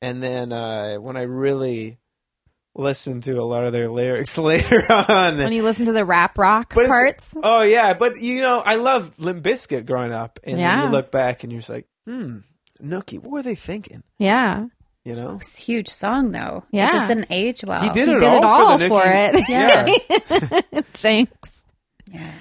S3: and then uh, when I really listened to a lot of their lyrics later
S2: When
S3: on.
S2: you listen to the rap rock
S3: But it's-
S2: parts.
S3: Oh yeah, but you know I loved Limp Bizkit growing up, and then
S2: Yeah.
S3: you look back and you're just like, hmm, Nookie, what were they thinking?
S2: Yeah.
S3: You know,
S1: It's a huge song though.
S2: Yeah.
S1: It just didn't age well.
S3: he did,
S2: he
S3: it,
S2: did
S3: all
S2: it all
S3: for, the
S2: for
S3: Nookie.
S2: it.
S3: Yeah.
S2: Jinx.
S1: Yeah.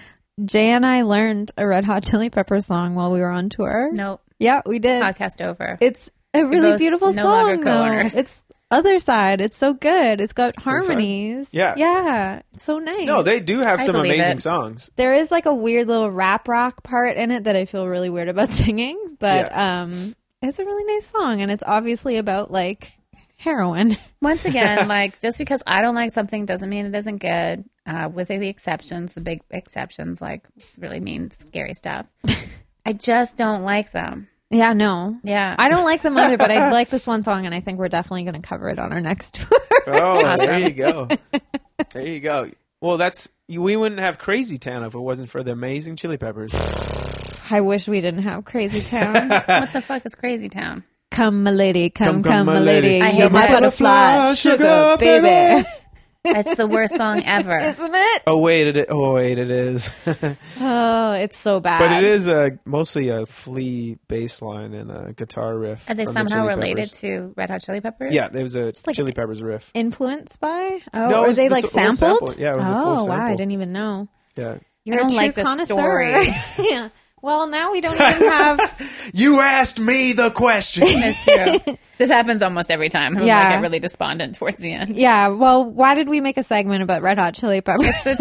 S2: Jay and I learned a Red Hot Chili Pepper song while we were on tour.
S1: Nope.
S2: Yeah, we did.
S1: Podcast over.
S2: It's a really
S1: both
S2: beautiful
S1: no longer
S2: song. Though.
S1: co-owners.
S2: It's other side. It's so good. It's got
S3: side?
S2: harmonies.
S3: Yeah.
S2: yeah. It's so nice.
S3: no, they do have
S1: I
S3: some
S1: believe
S3: amazing
S1: it.
S3: songs.
S2: there is like a weird little rap rock part in it that I feel really weird about singing, but um, it's a really nice song, and it's obviously about like heroin.
S1: Once again, like just because I don't like something doesn't mean it isn't good. Uh, with the exceptions, the big exceptions, like it's really mean, scary stuff. I just don't like them.
S2: Yeah, no.
S1: Yeah.
S2: I don't like them either, but I like this one song, and I think we're definitely going to cover it on our next tour.
S3: Oh, there you go. There you go. Well, that's we wouldn't have Crazy Town if it wasn't for the amazing Chili Peppers.
S2: I wish we didn't have Crazy Town.
S1: What the fuck is Crazy Town?
S2: come, my lady, come,
S3: Come,
S2: come,
S3: come,
S2: my
S3: my
S2: lady.
S3: lady.
S1: I
S2: You're
S1: hate
S2: my
S1: that.
S2: butterfly, sugar,
S3: Sugar,
S2: baby.
S3: baby.
S1: That's the worst song ever.
S2: Isn't it?
S3: Oh wait, it oh wait, it is.
S2: Oh, it's so bad.
S3: but it is a mostly a flea bass line and a guitar riff.
S1: Are they
S3: from the
S1: somehow
S3: Chili
S1: related
S3: Peppers.
S1: to Red Hot Chili Peppers?
S3: Yeah, there was a
S2: like
S3: Chili
S2: a-
S3: Peppers riff.
S2: Influenced by? Oh,
S3: No, it
S2: are
S3: was
S2: they
S3: the
S2: like
S3: s- it was
S2: sampled?
S3: sampled. Yeah, it was a
S2: oh,
S3: full
S2: wow. I
S3: sample.
S2: didn't even know.
S3: Yeah.
S2: You're
S1: don't
S2: a
S1: like
S2: true
S1: this
S2: connoisseur.
S1: story.
S2: yeah. Well, now we don't even have.
S3: You asked me the question.
S1: That's true. this happens almost every time. I'm
S2: Yeah.
S1: like, I get really despondent towards the end.
S2: Yeah. Well, why did we make a segment about Red Hot Chili Peppers?
S1: It's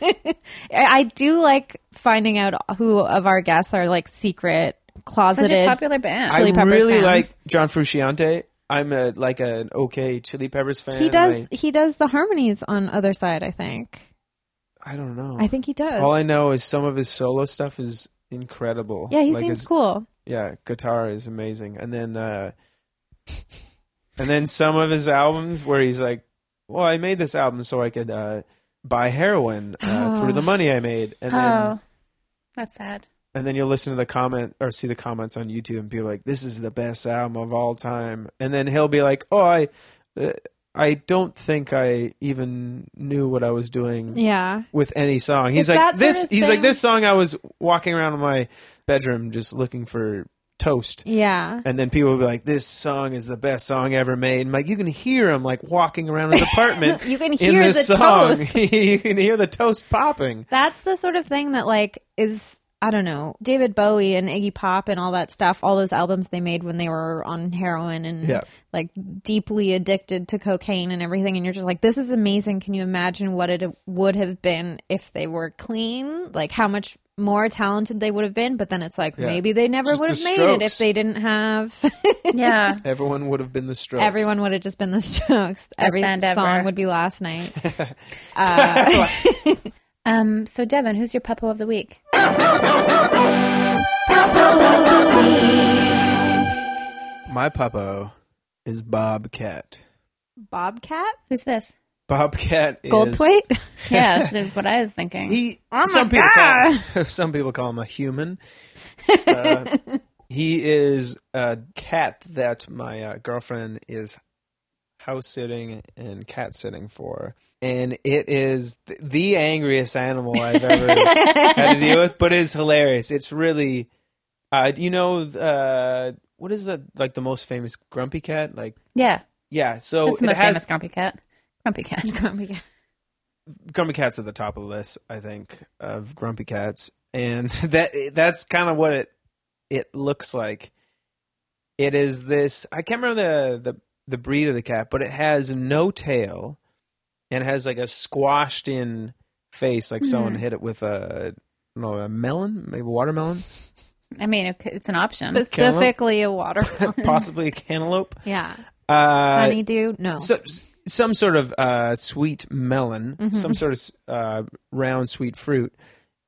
S1: great.
S2: I I do like finding out who of our guests are like secret
S1: Such
S2: closeted.
S1: a popular band.
S2: Chili
S3: I
S2: Peppers
S3: really
S2: fans.
S3: like John Frusciante. I'm a, like an okay Chili Peppers fan.
S2: he does.
S3: Like,
S2: He does the harmonies on other side. I think.
S3: I don't know.
S2: I think he does.
S3: all I know is some of his solo stuff is incredible.
S2: yeah, he
S3: Like
S2: seems
S3: his-
S2: cool.
S3: Yeah, guitar is amazing, and then uh, and then some of his albums where he's like, "Well, I made this album so I could uh, buy heroin uh,
S2: Oh.
S3: through the money I made," and then
S1: oh, that's sad.
S3: and then you'll listen to the comment or see the comments on YouTube and be like, "This is the best album of all time," and then he'll be like, "Oh, I." Uh, I don't think I even knew what I was doing
S2: Yeah.
S3: with any song. He's
S2: It's that
S3: like
S2: sort
S3: this.
S2: of
S3: he's
S2: thing-
S3: like this song. I was walking around in my bedroom just looking for toast,
S2: Yeah.
S3: and then people would be like, "This song is the best song ever made." And like you can hear him like walking around his apartment.
S2: You can
S3: in
S2: hear
S3: this
S2: the
S3: song.
S2: toast.
S3: you can hear the toast popping.
S2: That's the sort of thing that like is I don't know David Bowie and Iggy Pop and all that stuff. All those albums they made when they were on heroin and
S3: Yeah.
S2: like deeply addicted to cocaine and everything. And you're just like, this is amazing. Can you imagine what it would have been if they were clean? Like how much more talented they would have been. But then it's like
S3: Yeah.
S2: maybe they never
S3: Just
S2: would
S3: the
S2: have made it if
S3: Strokes.
S2: they didn't have.
S1: Yeah.
S3: Everyone would have been the stroke.
S2: Everyone would have just been the Strokes. Every
S1: band ever.
S2: song would be Last Night.
S1: Um. So, Devin, who's your puppo of the week?
S3: My papa is Bobcat.
S2: Bobcat
S1: Who's this?
S3: Bobcat is
S2: Goldthwait.
S1: Yeah, that's what I was thinking.
S3: He.
S2: my
S3: some people call. some people call him a human. Uh, he is a cat that my uh, girlfriend is house sitting and cat sitting for, and it is th- the angriest animal I've ever had to deal with. But it's hilarious. It's really, uh, you know, uh, what is the like the most famous grumpy cat? Like,
S1: yeah,
S3: yeah. So
S1: that's the
S3: Oh, it
S1: most
S3: has
S1: famous grumpy cat. Grumpy cat.
S2: Bobcat.
S3: grumpy cats at the top of the list i think of grumpy cats and that that's kind of what it it looks like it is this i can't remember the the, the breed of the cat but it has no tail and has like a squashed in face like someone hit it with a no a melon maybe watermelon
S1: I mean, it, c- it's an option.
S2: Specifically a watermelon.
S3: possibly a cantaloupe
S2: yeah.
S3: uh
S2: Honeydew? No.
S3: so, some sort of uh, sweet melon, some sort of uh, round sweet fruit,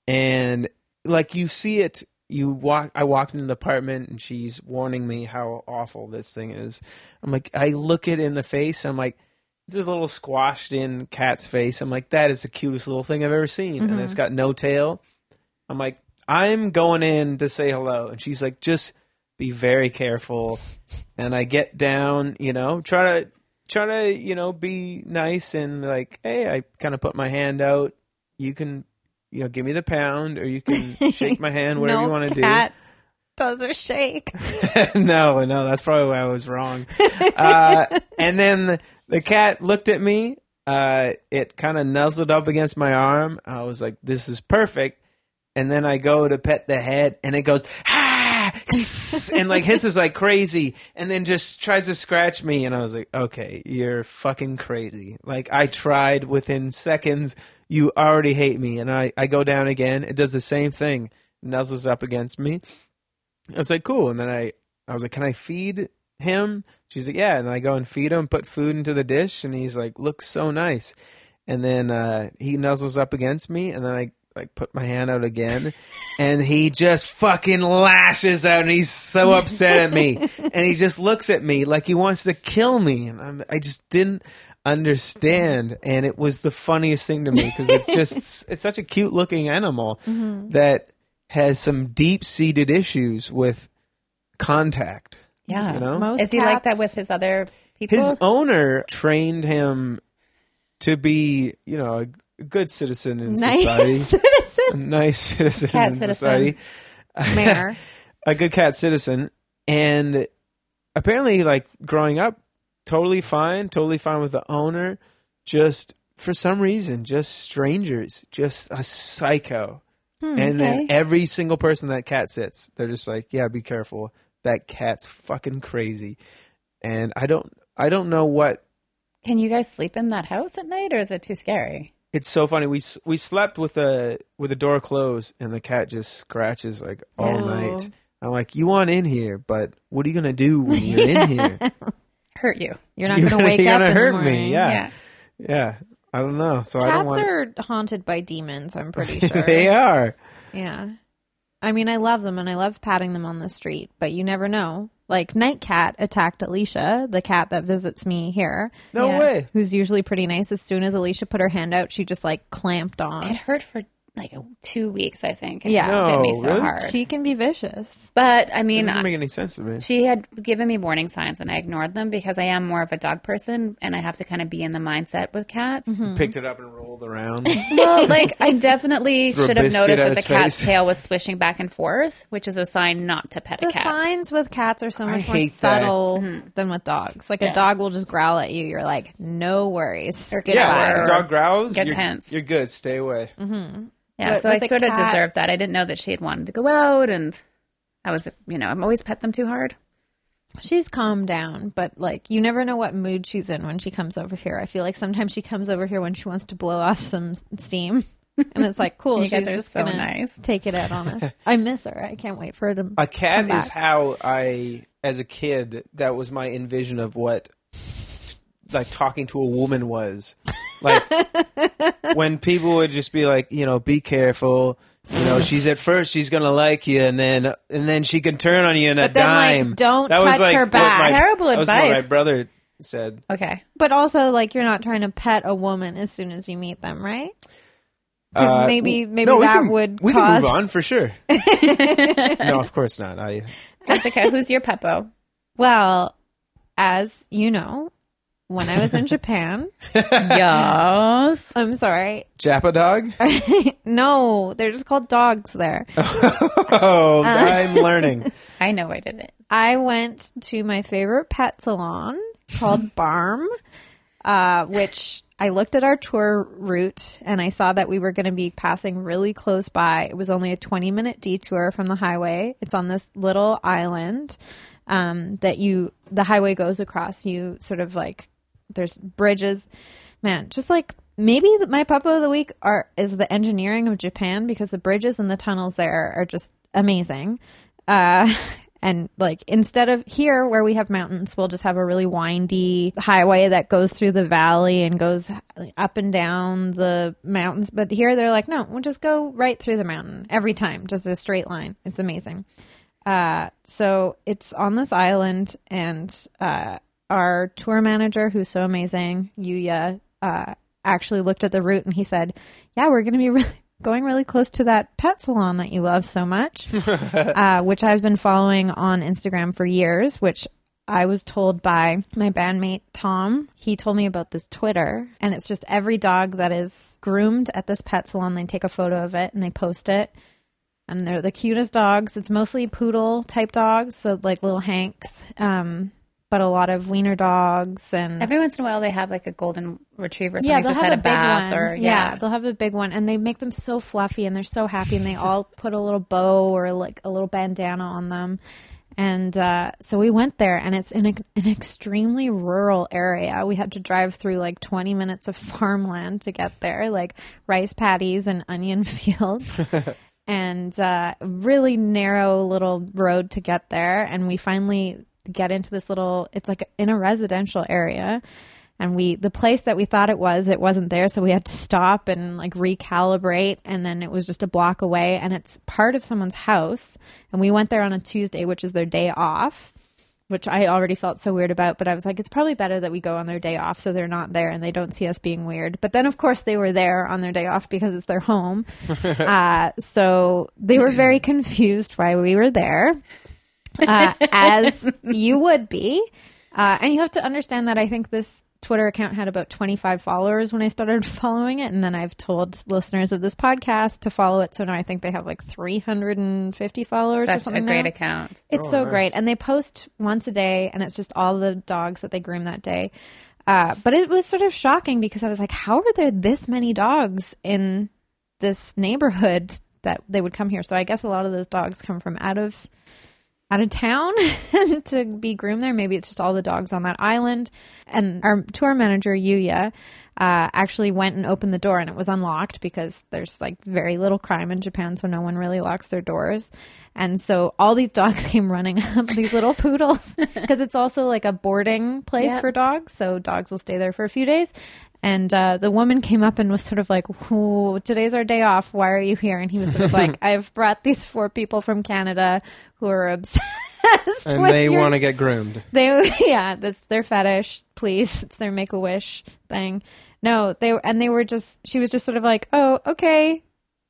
S3: and like you see it. You walk. I walked in the apartment, and she's warning me how awful this thing is. I'm like, I look it in the face. I'm like, this is a little squashed in cat's face. I'm like, that is the cutest little thing I've ever seen, and it's got no tail. I'm like, I'm going in to say hello, and she's like, just be very careful. And I get down, you know, try to try to you know be nice and like, hey, I kind of put my hand out. You can, you know, give me the pound, or you can shake my hand, whatever
S2: no
S3: you want to do
S2: cat does a shake.
S3: no, no, that's probably why I was wrong. Uh, and then the, the cat looked at me. Uh, it kind of nuzzled up against my arm. I was like, "This is perfect." And then I go to pet the head, and it goes ah, and like hisses like crazy, and then just tries to scratch me. And I was like, "Okay, you're fucking crazy." Like I tried within seconds. You already hate me, and I I go down again. It does the same thing. Nuzzles up against me. I was like, cool. And then I, I was like, can I feed him? She's like, yeah. And then I go and feed him, put food into the dish, and he's like, looks so nice. And then uh, he nuzzles up against me, and then I, like put my hand out again, and he just fucking lashes out, and he's so upset at me, and he just looks at me like he wants to kill me, and I'm, I just didn't understand, and it was the funniest thing to me because it's just it's such a cute looking animal that has some deep seated issues with contact.
S5: Yeah.
S3: You know?
S2: Most
S5: Is he like that
S2: cats-
S5: with his other people?
S3: His owner trained him to be, you know, a good citizen in
S2: nice
S3: society, a
S2: citizen
S3: nice citizen
S5: Cat
S3: in
S5: citizen.
S3: society,
S2: mayor?
S3: a good cat citizen, and apparently, like growing up, totally fine, totally fine with the owner. Just for some reason, just strangers, just a psycho.
S5: Hmm,
S3: and then every single person that cat sits, they're just like, "Yeah, be careful. That cat's fucking crazy." And I don't, I don't know what
S5: Can you guys sleep in that house at night, or is it too scary?
S3: It's so funny. We s- we slept with the with the door closed, and the cat just scratches like all
S5: Yeah.
S3: night. I'm like, you want in here, but what are you gonna do when you're in here?
S5: Hurt you?
S2: You're not
S3: You're
S2: going to wake
S3: you're
S2: up.
S3: gonna
S2: in the
S3: hurt
S2: morning.
S3: me. Yeah. yeah, I don't know. So I don't
S2: Cats
S3: want.
S2: are haunted by demons. I'm pretty sure.
S3: they are.
S2: Yeah. I mean, I love them and I love patting them on the street, but you never know. Like, Night Cat attacked Alicia, the cat that visits me here,
S3: No
S5: Yeah.
S3: way.
S2: who's usually pretty nice. As soon as Alicia put her hand out, she just like clamped
S5: It
S2: on.
S5: hurt for like a- two weeks, I think.
S2: Yeah.
S5: it hit me
S3: No,
S5: so
S3: really?
S5: hard.
S2: She can be vicious.
S5: but I
S3: It
S5: mean,
S3: doesn't make any sense to me.
S5: she had given me warning signs, and I ignored them because I am more of a dog person, and I have to kind of be in the mindset with cats.
S2: Mm-hmm.
S3: Picked it up and rolled around.
S5: Well, like I definitely
S3: Threw a
S5: should have
S3: biscuit
S5: noticed
S3: at
S5: that the
S3: his
S5: cat's
S3: face.
S5: tail was swishing back and forth, which is a sign not to pet
S2: The
S5: a cat.
S2: signs with cats are so
S3: I
S2: much more
S3: hate that.
S2: subtle
S5: Mm-hmm.
S2: than with dogs. Like, a dog will just growl at you. You're like, no worries.
S5: Or
S3: yeah,
S5: or-
S3: when a dog growls.
S5: Get
S3: you're,
S5: tense.
S3: You're good. Stay away.
S5: Yeah,
S2: But
S5: so I
S2: with a
S5: sort of
S2: cat-
S5: deserved that. I didn't know that she had wanted to go out, and I was, you know, I'm always pet them too hard.
S2: She's calmed down, but like you never know what mood she's in when she comes over here. I feel like sometimes she comes over here when she wants to blow off some s- steam. And it's like, cool,
S5: You
S2: she's
S5: guys are
S2: just
S5: so
S2: gonna
S5: nice.
S2: take it out on us. I miss her. I can't wait for her to
S3: A cat
S2: come
S3: is
S2: back.
S3: how I, as a kid, that was my envision of what like talking to a woman was. Like when people would just be like, you know, be careful. You know, she's at first she's gonna like you, and then and then she can turn on you in a
S2: But then, like,
S3: dime.
S2: don't
S3: that was
S2: touch
S3: like
S2: her
S3: what
S2: back.
S3: My,
S5: Terrible
S3: that was what
S5: advice.
S3: my brother said.
S5: Okay,
S2: But also like you're not trying to pet a woman as soon as you meet them, right? 'Cause
S3: Uh,
S2: maybe
S3: w-
S2: maybe
S3: no, we
S2: that
S3: can-
S2: would
S3: we
S2: cause
S3: can move on for sure. no, of course not. I
S5: Jessica, who's your peppo?
S2: Well, as you know, when I was in Japan,
S5: yes.
S2: I'm sorry.
S3: Japa dog.
S2: No, they're just called dogs there. Uh,
S3: Oh, I'm learning.
S5: I know I did it.
S2: I went to my favorite pet salon called Barm, uh, which I looked at our tour route and I saw that we were going to be passing really close by. It was only a 20 minute detour from the highway. It's on this little island um, that you, the highway goes across. You sort of like, there's bridges. Man, just like maybe th- my papa of the week are is the engineering of Japan because the bridges and the tunnels there are just amazing uh, and like instead of here where we have mountains we'll just have a really windy highway that goes through the valley and goes up and down the mountains but here they're like no we'll just go right through the mountain every time just a straight line it's amazing uh, so it's on this island and uh, our tour manager who's so amazing yuya uh, actually looked at the route and he said yeah we're going to be really going really close to that pet salon that you love so much uh, which I've been following on Instagram for years, which I was told by my bandmate Tom. He told me about this Twitter, and it's just every dog that is groomed at this pet salon, they take a photo of it and they post it. And they're the cutest dogs. It's mostly poodle type dogs, so like little Hanks, um, but a lot of wiener dogs and
S5: Every once in a while, they have like a golden retriever.
S2: yeah,
S5: Somebody's
S2: they'll
S5: just
S2: have
S5: had
S2: a,
S5: a, bath,
S2: big one.
S5: or
S2: yeah.
S5: yeah,
S2: they'll have a big one, and they make them so fluffy, and they're so happy, and they all put a little bow or like a little bandana on them. And uh, so we went there, and it's in a, an extremely rural area. We had to drive through like 20 minutes of farmland to get there, like rice paddies and onion fields and uh, really narrow little road to get there. And we finally get into this little, it's like in a residential area. and we the place that we thought it was it wasn't there so we had to stop and like recalibrate and then it was just a block away and it's part of someone's house and we went there on a Tuesday which is their day off which I already felt so weird about but I was like it's probably better that we go on their day off so they're not there and they don't see us being weird but then of course they were there on their day off because it's their home uh, so they were very confused why we were there uh, as you would be. Uh, and you have to understand that I think this Twitter account had about 25 followers when I started following it. And then I've told listeners of this podcast to follow it. So now I think they have like 350 followers or
S1: Such a
S2: something.
S1: great
S2: now.
S1: account.
S2: It's
S3: Oh,
S2: so
S3: nice.
S2: great. And they post once a day, and it's just all the dogs that they groom that day. Uh, but it was sort of shocking because I was like, how are there this many dogs in this neighborhood that they would come here? So I guess a lot of those dogs come from out of out of town to be groomed there. Maybe it's just all the dogs on that island. And our tour manager, Yuya, uh, actually went and opened the door and it was unlocked because there's like very little crime in Japan, so no one really locks their doors. And so all these dogs came running up, these little poodles, because it's also like a boarding place
S1: Yep.
S2: for dogs. So dogs will stay there for a few days. And uh, the woman came up and was sort of like, "Ooh, "Today's our day off. Why are you here?" And he was sort of like, "I've brought these four people from Canada who are obsessed
S3: and
S2: with
S3: they
S2: your-
S3: want to get groomed.
S2: they yeah, that's their fetish. Please, it's their make a wish thing. No, they and they were just. She was just sort of like, "Oh, okay,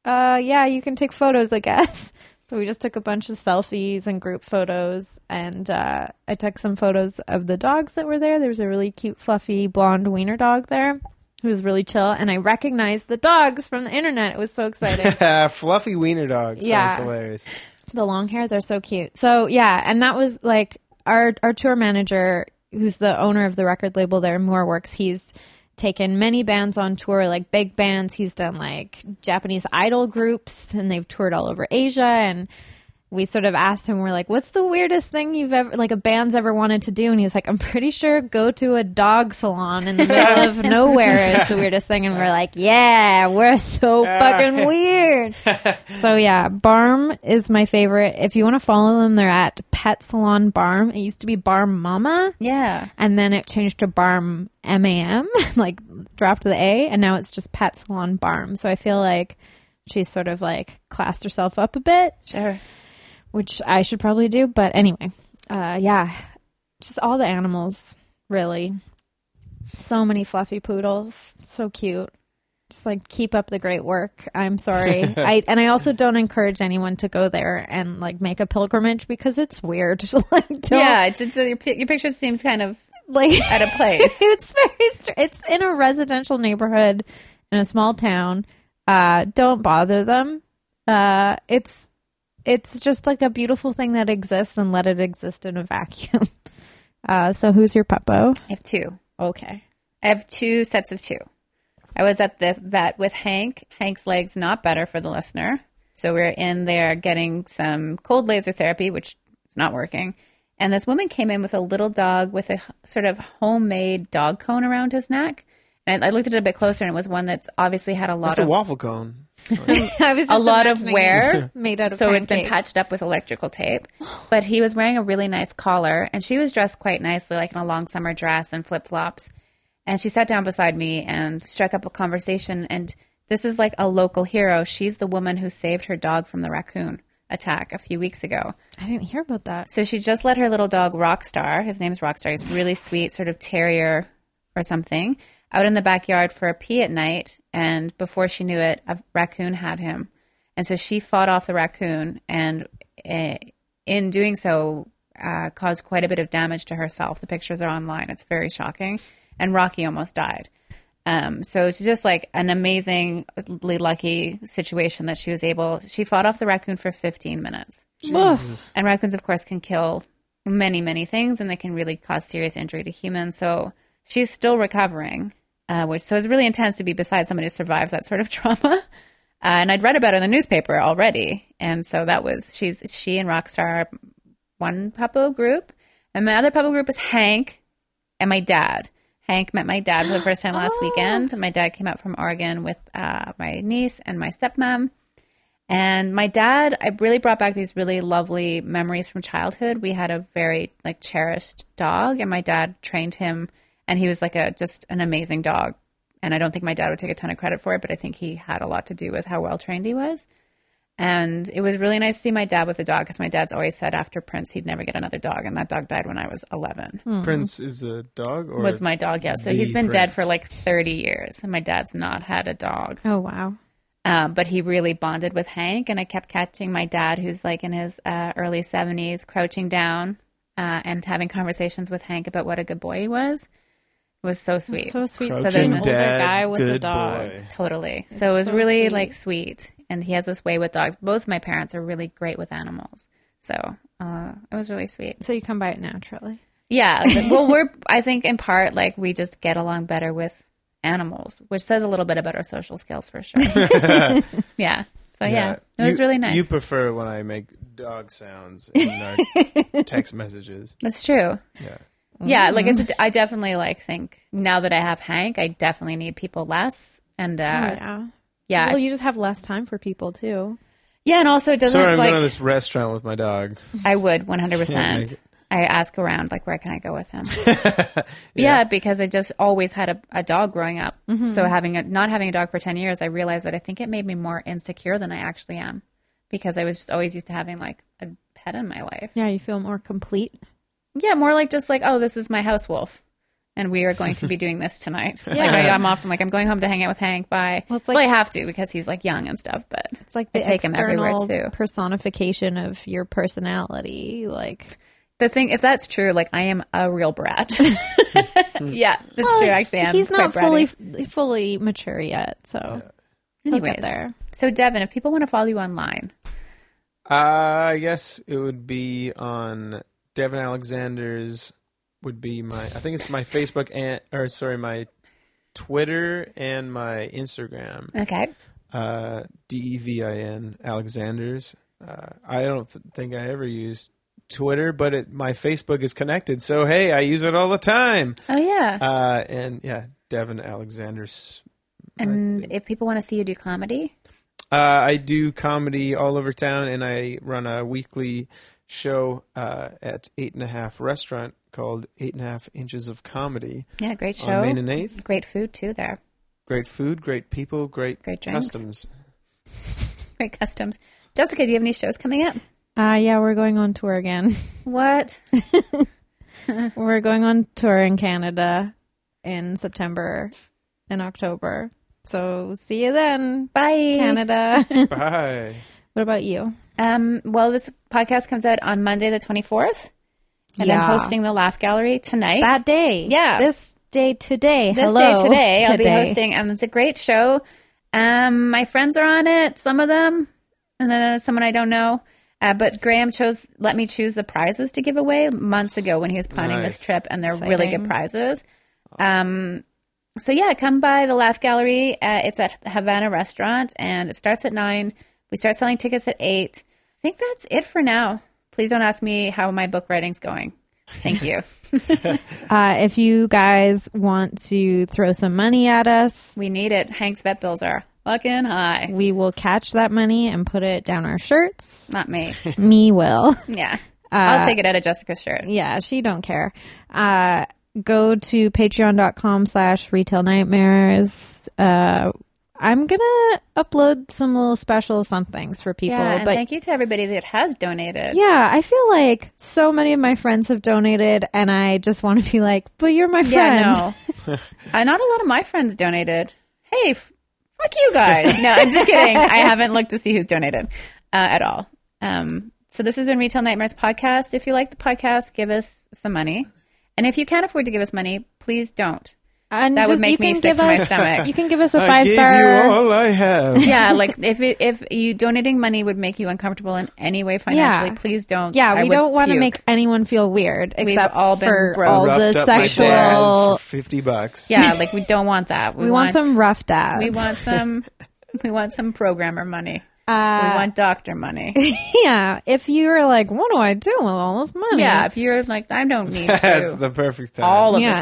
S2: uh, yeah, you can take photos, I guess." So we just took a bunch of selfies and group photos, and uh, I took some photos of the dogs that were there. There was a really cute, fluffy, blonde wiener dog there who was really chill, and I recognized the dogs from the internet. It was so exciting.
S3: Fluffy wiener dog.
S2: Yeah.
S3: Sounds hilarious.
S2: The long hair, they're so cute. So yeah, and that was like our our tour manager, who's the owner of the record label there, Moore Works. He's taken many bands on tour, like big bands. He's done like Japanese idol groups, and they've toured all over Asia. And we sort of asked him, we're like, "What's the weirdest thing you've ever like a band's ever wanted to do?" And he was like, "I'm pretty sure go to a dog salon in the middle of nowhere is the weirdest thing." And we're like, "Yeah, we're so fucking weird." So yeah, Barm is my favorite. If you want to follow them, they're at Pet Salon Barm. It used to be Barm Mama,
S1: Yeah.
S2: and then it changed to Barm M A M, like dropped the A, and now it's just Pet Salon Barm. So I feel like she's sort of like classed herself up a bit,
S1: Sure.
S2: which I should probably do. But anyway, uh, yeah, just all the animals, really. So many fluffy poodles, so cute. Just like keep up the great work. I'm sorry, I and I also don't encourage anyone to go there and like make a pilgrimage because it's weird. like, don't,
S1: Yeah. It's, it's, your, pi- your picture seems kind of
S2: like
S1: at a place.
S2: it's very str- it's in a residential neighborhood in a small town uh don't bother them uh it's it's just like a beautiful thing that exists and let it exist in a vacuum uh so who's your puppo
S1: I have two.
S2: okay
S1: I have two sets of two. I was at the vet with Hank. Hank's leg's not better for the listener. So we are in there getting some cold laser therapy, which is not working. And this woman came in with a little dog with a h- sort of homemade dog cone around his neck. And I looked at it a bit closer, and it was one that's obviously had a lot
S3: That's
S1: of
S3: a waffle cone.
S2: i was
S1: a lot of
S2: imagining
S1: wear.
S2: it made out of
S1: so it's been
S2: pancakes.
S1: patched up with electrical tape. But he was wearing a really nice collar, and she was dressed quite nicely, like in a long summer dress and flip flops. And she sat down beside me and struck up a conversation. And this is like a local hero. She's the woman who saved her dog from the raccoon attack a few weeks ago.
S2: i didn't hear about that
S1: So she just let her little dog Rockstar, his name's Rockstar, he's really sweet, sort of terrier or something, out in the backyard for a pee at night. And before she knew it, a raccoon had him. And so she fought off the raccoon and uh, in doing so uh, caused quite a bit of damage to herself. The pictures are online, it's very shocking. And Rocky almost died. Um, so it's just like an amazingly lucky situation that she was able. She fought off the raccoon for 15 minutes. And raccoons, of course, can kill many, many things, and they can really cause serious injury to humans. So she's still recovering, uh, which so it's really intense to be beside somebody who survives that sort of trauma. Uh, and I'd read about her in the newspaper already, and so that was she's she and Rockstar, are one puppo group, and my other puppo group is Hank and my dad. Hank met my dad for the first time last weekend. My dad came up from Oregon with uh, my niece and my stepmom. And my dad, I really brought back these really lovely memories from childhood. We had a very like cherished dog, and my dad trained him and he was like a just an amazing dog. And I don't think my dad would take a ton of credit for it, but I think he had a lot to do with how well trained he was. And it was really nice to see my dad with a dog because my dad's always said after Prince he'd never get another dog, and that dog died when I was eleven.
S3: Prince is a dog, or
S1: Was my dog? Yeah, so
S3: Hmm. The
S1: he's been dead
S3: Prince.
S1: for like thirty years, and my dad's not had a dog.
S2: Oh wow.
S1: Um, but he really bonded with Hank, and I kept catching my dad, who's like in his uh, early 70s, crouching down uh, and having conversations with Hank about what a good boy he was. It was so sweet.
S6: So sweet.
S3: Crouching
S6: So there's an older
S3: Dad,
S6: guy with a
S3: Good
S6: dog.
S3: Boy.
S1: totally. So it was
S6: so
S1: really
S6: sweet.
S1: like sweet. And he has this way with dogs. Both my parents are really great with animals. So uh, it was really sweet.
S2: So you come by it naturally.
S1: Yeah. but- well, we're, I think in part, like we just get along better with animals, which says a little bit about our social skills for sure. yeah. So yeah, it was
S3: You-
S1: really nice.
S3: You prefer when I make dog sounds in our text messages.
S1: That's true.
S3: Yeah.
S1: Yeah, like it's. A, I definitely like think now that I have Hank, I definitely need people less, and uh, yeah,
S2: yeah.
S1: yeah.
S2: Well, you just have less time for people too.
S1: and also it doesn't
S3: Sorry, I'm
S1: like
S3: going to this restaurant with my dog.
S1: I would 100.
S3: Can't make
S1: percent
S3: it.
S1: I ask around like where can I go with him? yeah. because I just always had a, a dog growing up. So having a, not having a dog for 10 years, I realized that I think it made me more insecure than I actually am, because I was just always used to having like a pet in my life.
S2: Yeah, you feel more complete.
S1: Yeah, more like just like, oh, this is my house wolf. And we are going to be doing this tonight. Like I, I'm often like I'm going home to hang out with Hank.
S2: Well,
S1: Bye. Well,
S2: it's like-
S1: I have to because he's like young and stuff. But
S2: It's like
S1: I
S2: the
S1: take 'em everywhere,
S2: external
S1: too.
S2: personification of your personality. Like
S1: the thing, if that's true, like I am a real brat. yeah, that's true. Actually, I'm
S2: he's not
S1: quite
S2: fully
S1: bratty.
S2: fully mature yet, so he'll
S1: Anyways,
S2: get there.
S1: So Devin, if people want to follow you online,
S3: Uh, I guess it would be on Devin Alexander's. Would be my. I think it's my Facebook and or sorry, my Twitter and my Instagram.
S1: okay,
S3: Uh, D E V I N Alexander's. Uh, I don't th- think I ever used Twitter, but it, my Facebook is connected. So hey, I use it all the time.
S1: oh yeah,
S3: Uh, and yeah, Devin Alexander's.
S1: and if people want to see you do comedy,
S3: Uh, I do comedy all over town, and I run a weekly show uh, at Eight and a Half Restaurant called Eight and a Half Inches of Comedy
S1: yeah, great show,
S3: on Main and Eighth.
S1: great food too there,
S3: Great food, great people, great,
S1: Great drinks.
S3: customs.
S1: great customs. Jessica, do you have any shows coming up?
S2: Uh yeah, we're going on tour again.
S1: What?
S2: we're going on tour in Canada in September and October. So see you then,
S1: Bye,
S2: Canada. what
S3: Bye.
S2: about you?
S1: Um, well, this podcast comes out on Monday, the 24th, and
S2: Yeah.
S1: I'm hosting the Laugh Gallery tonight.
S2: That day.
S1: Yeah.
S2: This day today.
S1: this
S2: Hello.
S1: day today, I'll be
S2: Today.
S1: hosting, and it's a great show. Um, my friends are on it, some of them, and then there's someone I don't know. Uh, but Graham chose let me choose the prizes to give away months ago when he was planning
S3: Nice.
S1: this trip, and they're really good prizes. Um, so yeah, come by the Laugh Gallery. Uh, it's at Havana Restaurant, and it starts at nine. We start selling tickets at eight. I think that's it for now. Please don't ask me how my book writing's going. Thank you.
S2: Uh, if you guys want to throw some money at us,
S1: we need it. Hank's vet bills are fucking high.
S2: we will catch that money and put it down our shirts.
S1: Not me.
S2: Me will.
S1: Yeah. I'll take it out of Jessica's shirt.
S2: Yeah, she don't care. Uh, go to patreon.com slash retail nightmares. Uh, I'm going to upload some little special somethings for people.
S1: Yeah, and
S2: but
S1: thank you to everybody that has donated.
S2: yeah, I feel like so many of my friends have donated and I just want to be like, but you're my friend.
S1: Yeah, no. uh, not a lot of my friends donated. Hey, f- fuck you guys. No, I'm just kidding. I haven't looked to see who's donated uh, at all. Um, so this has been Retail Nightmares podcast. If you like the podcast, give us some money. And if you can't afford to give us money, please don't.
S2: And
S1: That would
S2: just-
S1: make
S2: you
S1: me
S2: can
S1: sick
S2: give
S1: to my
S2: us-
S1: stomach.
S2: You can give us a
S3: I
S2: five
S3: gave
S2: star.
S3: you all I have.
S1: Yeah, like if it, if you donating money would make you uncomfortable in any way financially, please don't.
S2: Yeah,
S1: I
S2: we
S1: would
S2: don't want to
S1: puke.
S2: make anyone feel weird except
S1: all been
S2: for
S1: broke.
S2: all
S3: Roughed
S2: the
S3: up my dad for
S2: sexual.
S3: fifty bucks.
S1: Yeah, like we don't want that.
S2: We want some rough dads.
S1: We want some. we want some programmer money. we want doctor money.
S2: yeah. Uh, If you're like, what do I do with all this money?
S1: Yeah, if you're like, I don't need
S3: That's
S1: to.
S3: the perfect time.
S1: all of
S2: Yeah.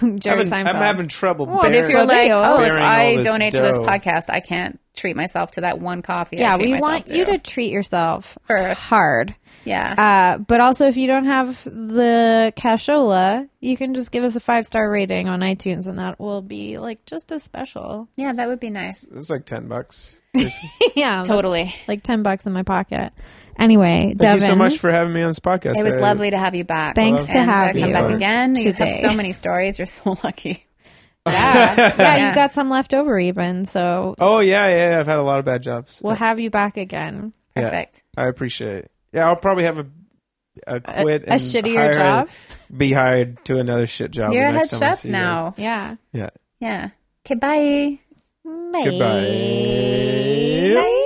S1: money.
S2: Jerry
S3: I'm,
S2: Seinfeld.
S3: I'm having trouble.
S2: Well, if
S1: If
S3: bearing-
S1: you're
S2: Well,
S1: like,
S2: they are
S1: oh, if
S3: bearing all
S1: I
S3: this
S1: donate to this
S3: dough.
S1: podcast, I can't treat myself to that one coffee. I
S2: yeah,
S1: treat
S2: we
S1: myself
S2: want you to treat yourself hard.
S1: Yeah.
S2: Uh, but also, if you don't have the cashola, you can just give us a five star rating on iTunes, and that will be like just a special.
S1: yeah, that would be nice.
S3: It's like ten bucks.
S2: yeah,
S1: Totally.
S2: like ten bucks in my pocket. Anyway,
S3: Thank
S2: Devin,
S3: you so much for having me on this podcast.
S1: It was
S3: I-
S1: lovely to have you back.
S2: Thanks
S1: and uh,
S2: to have
S1: come
S2: you
S1: back again. You have
S2: today.
S1: so many stories. You're so lucky.
S2: yeah,
S1: Yeah.
S2: you got some left over even, so
S3: Oh yeah, yeah, yeah. I've had a lot of bad jobs.
S2: we'll have you back again.
S3: Yeah.
S1: Perfect.
S3: I appreciate it. Yeah, I'll probably have a a
S2: A,
S3: quit
S2: a
S3: and hire-
S2: shittier job.
S3: Be hired to another shit job.
S1: You're
S3: the
S1: a head
S3: next time I
S1: chef
S3: see you guys.
S1: now.
S2: Yeah.
S3: Yeah.
S1: Yeah. Okay. Bye.
S2: Bye.
S3: Goodbye.
S2: Bye.